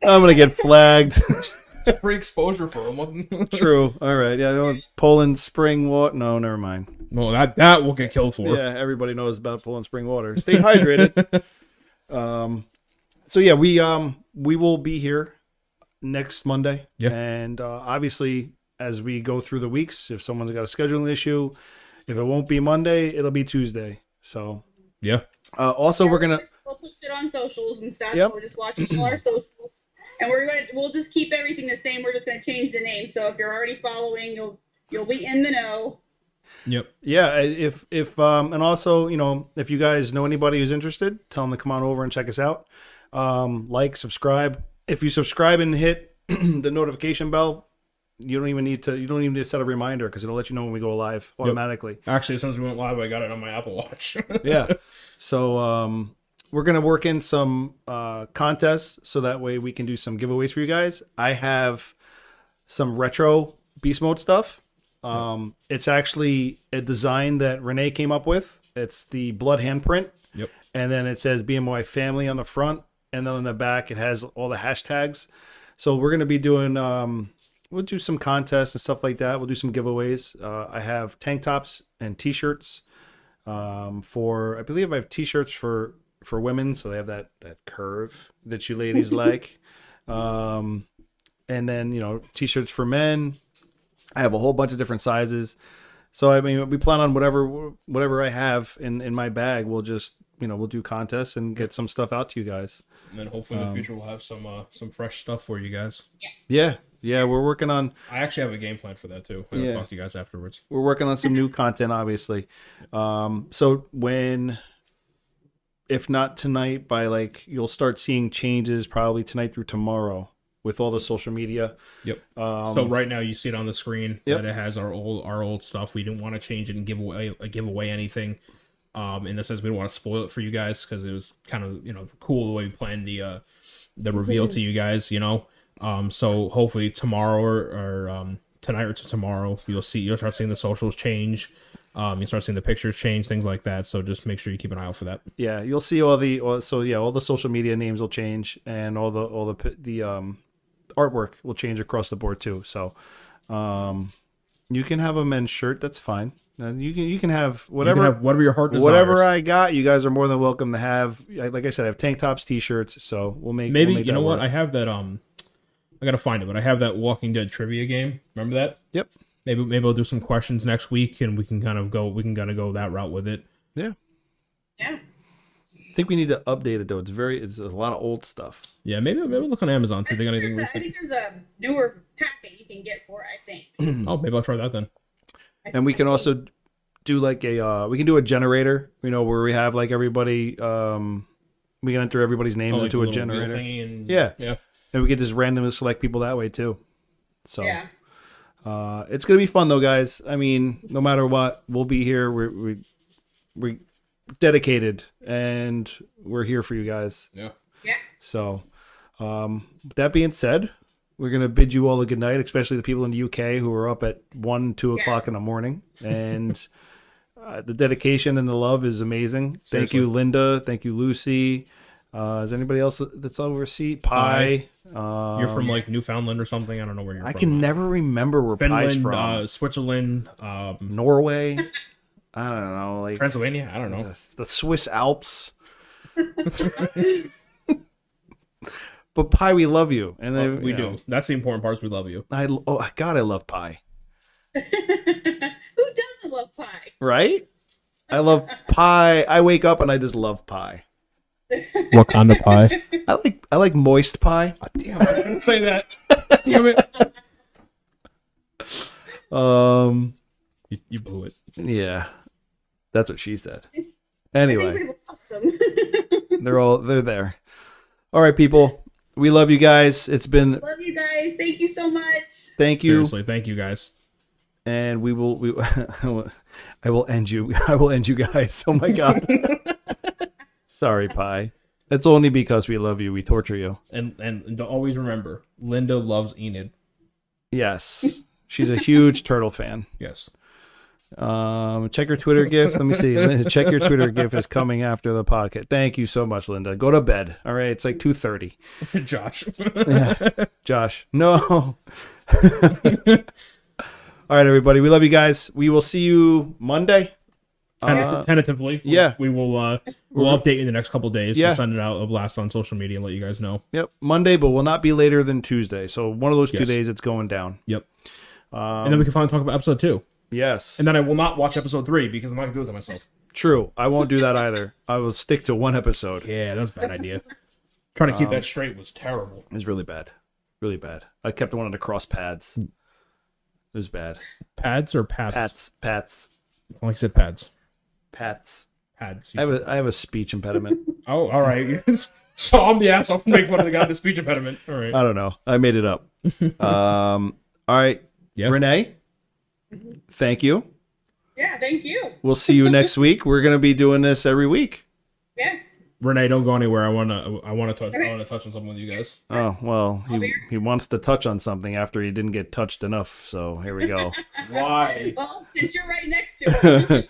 I'm gonna get flagged. [LAUGHS]
Free exposure for him. [LAUGHS]
True. All right. Yeah. I know Poland spring water. No, never mind.
no, that that will get killed for.
Yeah, everybody knows about Poland spring water. Stay hydrated.
[LAUGHS]
um. So yeah, we um we will be here next Monday.
Yeah.
And uh, obviously, as we go through the weeks, if someone's got a scheduling issue, if it won't be Monday, it'll be Tuesday. So.
Yeah.
Uh, also, we're gonna.
We'll post it on socials and stuff.
Yep.
We're just watching all our socials, and we're gonna we'll just keep everything the same. We're just gonna change the name. So if you're already following, you'll you'll be in the know.
Yep.
yeah i- if if um and also you know if you guys know anybody who's interested tell them to come on over and check us out um like subscribe if you subscribe and hit [CLEARS THROAT] the notification bell, you don't even need to. You don't even need to set a reminder because it'll let you know when we go live automatically.
Actually, as soon as we went live, I got it on my Apple Watch. [LAUGHS]
Yeah. so um, we're gonna work in some uh, contests so that way we can do some giveaways for you guys. I have some retro beast mode stuff. Um, it's actually a design that Renee came up with. It's the blood handprint.
Yep.
And then it says BMY family on the front, and then on the back it has all the hashtags. So we're gonna be doing um, we'll do some contests and stuff like that. We'll do some giveaways. Uh, I have tank tops and t-shirts um, for I believe I have t-shirts for for women, so they have that that curve that you ladies like. Um, and then you know t-shirts for men. I have a whole bunch of different sizes. So I mean, we plan on whatever whatever I have in in my bag. We'll just you know we'll do contests and get some stuff out to you guys.
and then hopefully in
Um.
the future we'll have some uh, some fresh stuff for you guys.
Yeah, yeah, we're working on
I actually have a game plan for that too. I'm
Yeah.
gonna talk to you guys afterwards.
we're working on some new content obviously um so when if not tonight by like you'll start seeing changes probably tonight through tomorrow with all the social media
Yep.
um
so right now you see it on the screen
Yep.
that it has our old our old stuff. We didn't want to change it and give away uh, give away anything. Um, in the sense we don't want to spoil it for you guys because it was kind of you know cool the way we planned the uh the reveal to you guys. You know. Um, so hopefully tomorrow or, or um tonight or to tomorrow you'll see you'll start seeing the socials change. Um, you start seeing the pictures change, things like that. So just make sure you keep an eye out for that.
yeah you'll see all the all- so yeah all the social media names will change and all the all the p- the um artwork will change across the board too so um you can have a men's shirt that's fine and you can you can have
You can
whatever
have whatever your heart desires.
whatever I got, you guys are more than welcome to have. I- Like I said, I have tank tops, t-shirts, so we'll make
Maybe
we'll make
you know
that
what?
work.
I have that um I gotta find it, but I have that Walking Dead trivia game. Remember that?
Yep.
Maybe maybe I'll do some questions next week and we can kind of go we can kind of go that route with it.
Yeah.
I think we need to update it though. It's very it's a lot of old stuff.
Yeah, maybe maybe I'll look on Amazon see if they got
I
anything
think,
we
there's a, I think
could,
there's a newer pack that you can get for it, I think.
Oh, maybe I'll try that then.
Mm-hmm. And we can also do like a uh we can do a generator, you know, where we have like everybody um we can enter everybody's names
Oh, like
into
the
a
little wheel
generator.
thingy and-
Yeah.
Yeah.
And we can just randomly select people that way too. So
Yeah.
Uh, it's gonna be fun though, guys. I mean, no matter what, we'll be here. We're we we're dedicated, and we're here for you guys.
Yeah.
Yeah. [LAUGHS]
So, um, with that being said, we're gonna bid you all a good night, especially the people in the UK who are up at one, two o'clock in the morning, and. [LAUGHS] Uh, the dedication and the love is amazing. Thank
Seriously.
you, Linda. Thank you, Lucy. Uh, is anybody else that's overseas? Pie. Uh,
You're from like Newfoundland or something. I don't know where you're
I
from. uh,
can never remember where Pie's
Finland,
from.
uh, Switzerland, um,
Norway. I don't know, like
Transylvania. I don't know.
the, the Swiss Alps. but Pi, we love you, and I,
Oh, we
you
do.
know,
That's the important parts. We love you.
I oh God, I love Pi.
Who doesn't love pie?
Right? I love Pi. I wake up and I just love Pi.
Wakanda pie.
I like I like moist Pi.
Damn, I didn't say that. Damn it.
Um,
You, you blew it.
yeah, that's what she said.
I
Anyway.
think we've lost them. [LAUGHS]
they're all they're there all right people we love you guys it's been
Love you guys. Thank you so much.
thank you
Seriously, thank you guys.
and we will we [LAUGHS] i will end you [LAUGHS] i will end you guys oh my god sorry pie it's only because we love you we torture you
and and and to always remember, Linda loves Enid.
yes she's a huge turtle fan
Yes. [LAUGHS]
um check your twitter gif let me see Linda, check your twitter gif is coming after the pocket thank you so much linda go to bed all right it's like 2.30
Josh.
Josh. No. [LAUGHS] All right, everybody. We love you guys. We will see you Monday.
Tenta- tentatively. we-
Uh, yeah.
We will uh we'll update you in the next couple days.
Yeah.
We'll send it out a blast on social media and let you guys know.
Yep, Monday, but will not be later than Tuesday. So one of those two
Yes.
days, it's going down.
Yep.
Um,
and then we can finally talk about episode two.
Yes,
And then I will not watch episode three because I'm not gonna do it to myself.
true. I won't do that either. I will stick to one episode.
Yeah, that's a
[LAUGHS]
bad idea. Trying to
Um,
keep that straight was terrible.
It was really bad, really bad. I kept one on the cross pads. It was bad.
Pads or pads?
Pats, pats,
Like I said, pads.
pats.
Pads.
I have a I have a speech impediment.
Oh, all right. [LAUGHS] So I'm the asshole for making fun of the guy with the speech impediment. All right.
I don't know. I made it up. um, all right,
Yep.
Renee. Thank you.
Yeah, thank you.
We'll see you next week. We're gonna be doing this every week.
Yeah,
Renee, don't go anywhere. I wanna I wanna touch I wanna touch on something with you guys.
Oh well, he he wants to touch on something after he didn't get touched enough. So here we go. [LAUGHS]
Why?
well, since you're right next to her.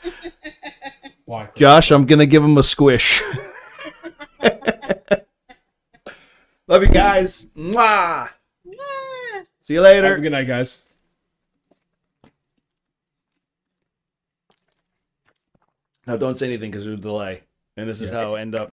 Why? Chris?
Josh, I'm gonna give him a squish. [LAUGHS] Love you guys. Mwah.
Ah.
See you
Have a
later.
good night, guys.
No, don't say anything because there's a delay, and this is
Yeah.
how I end up.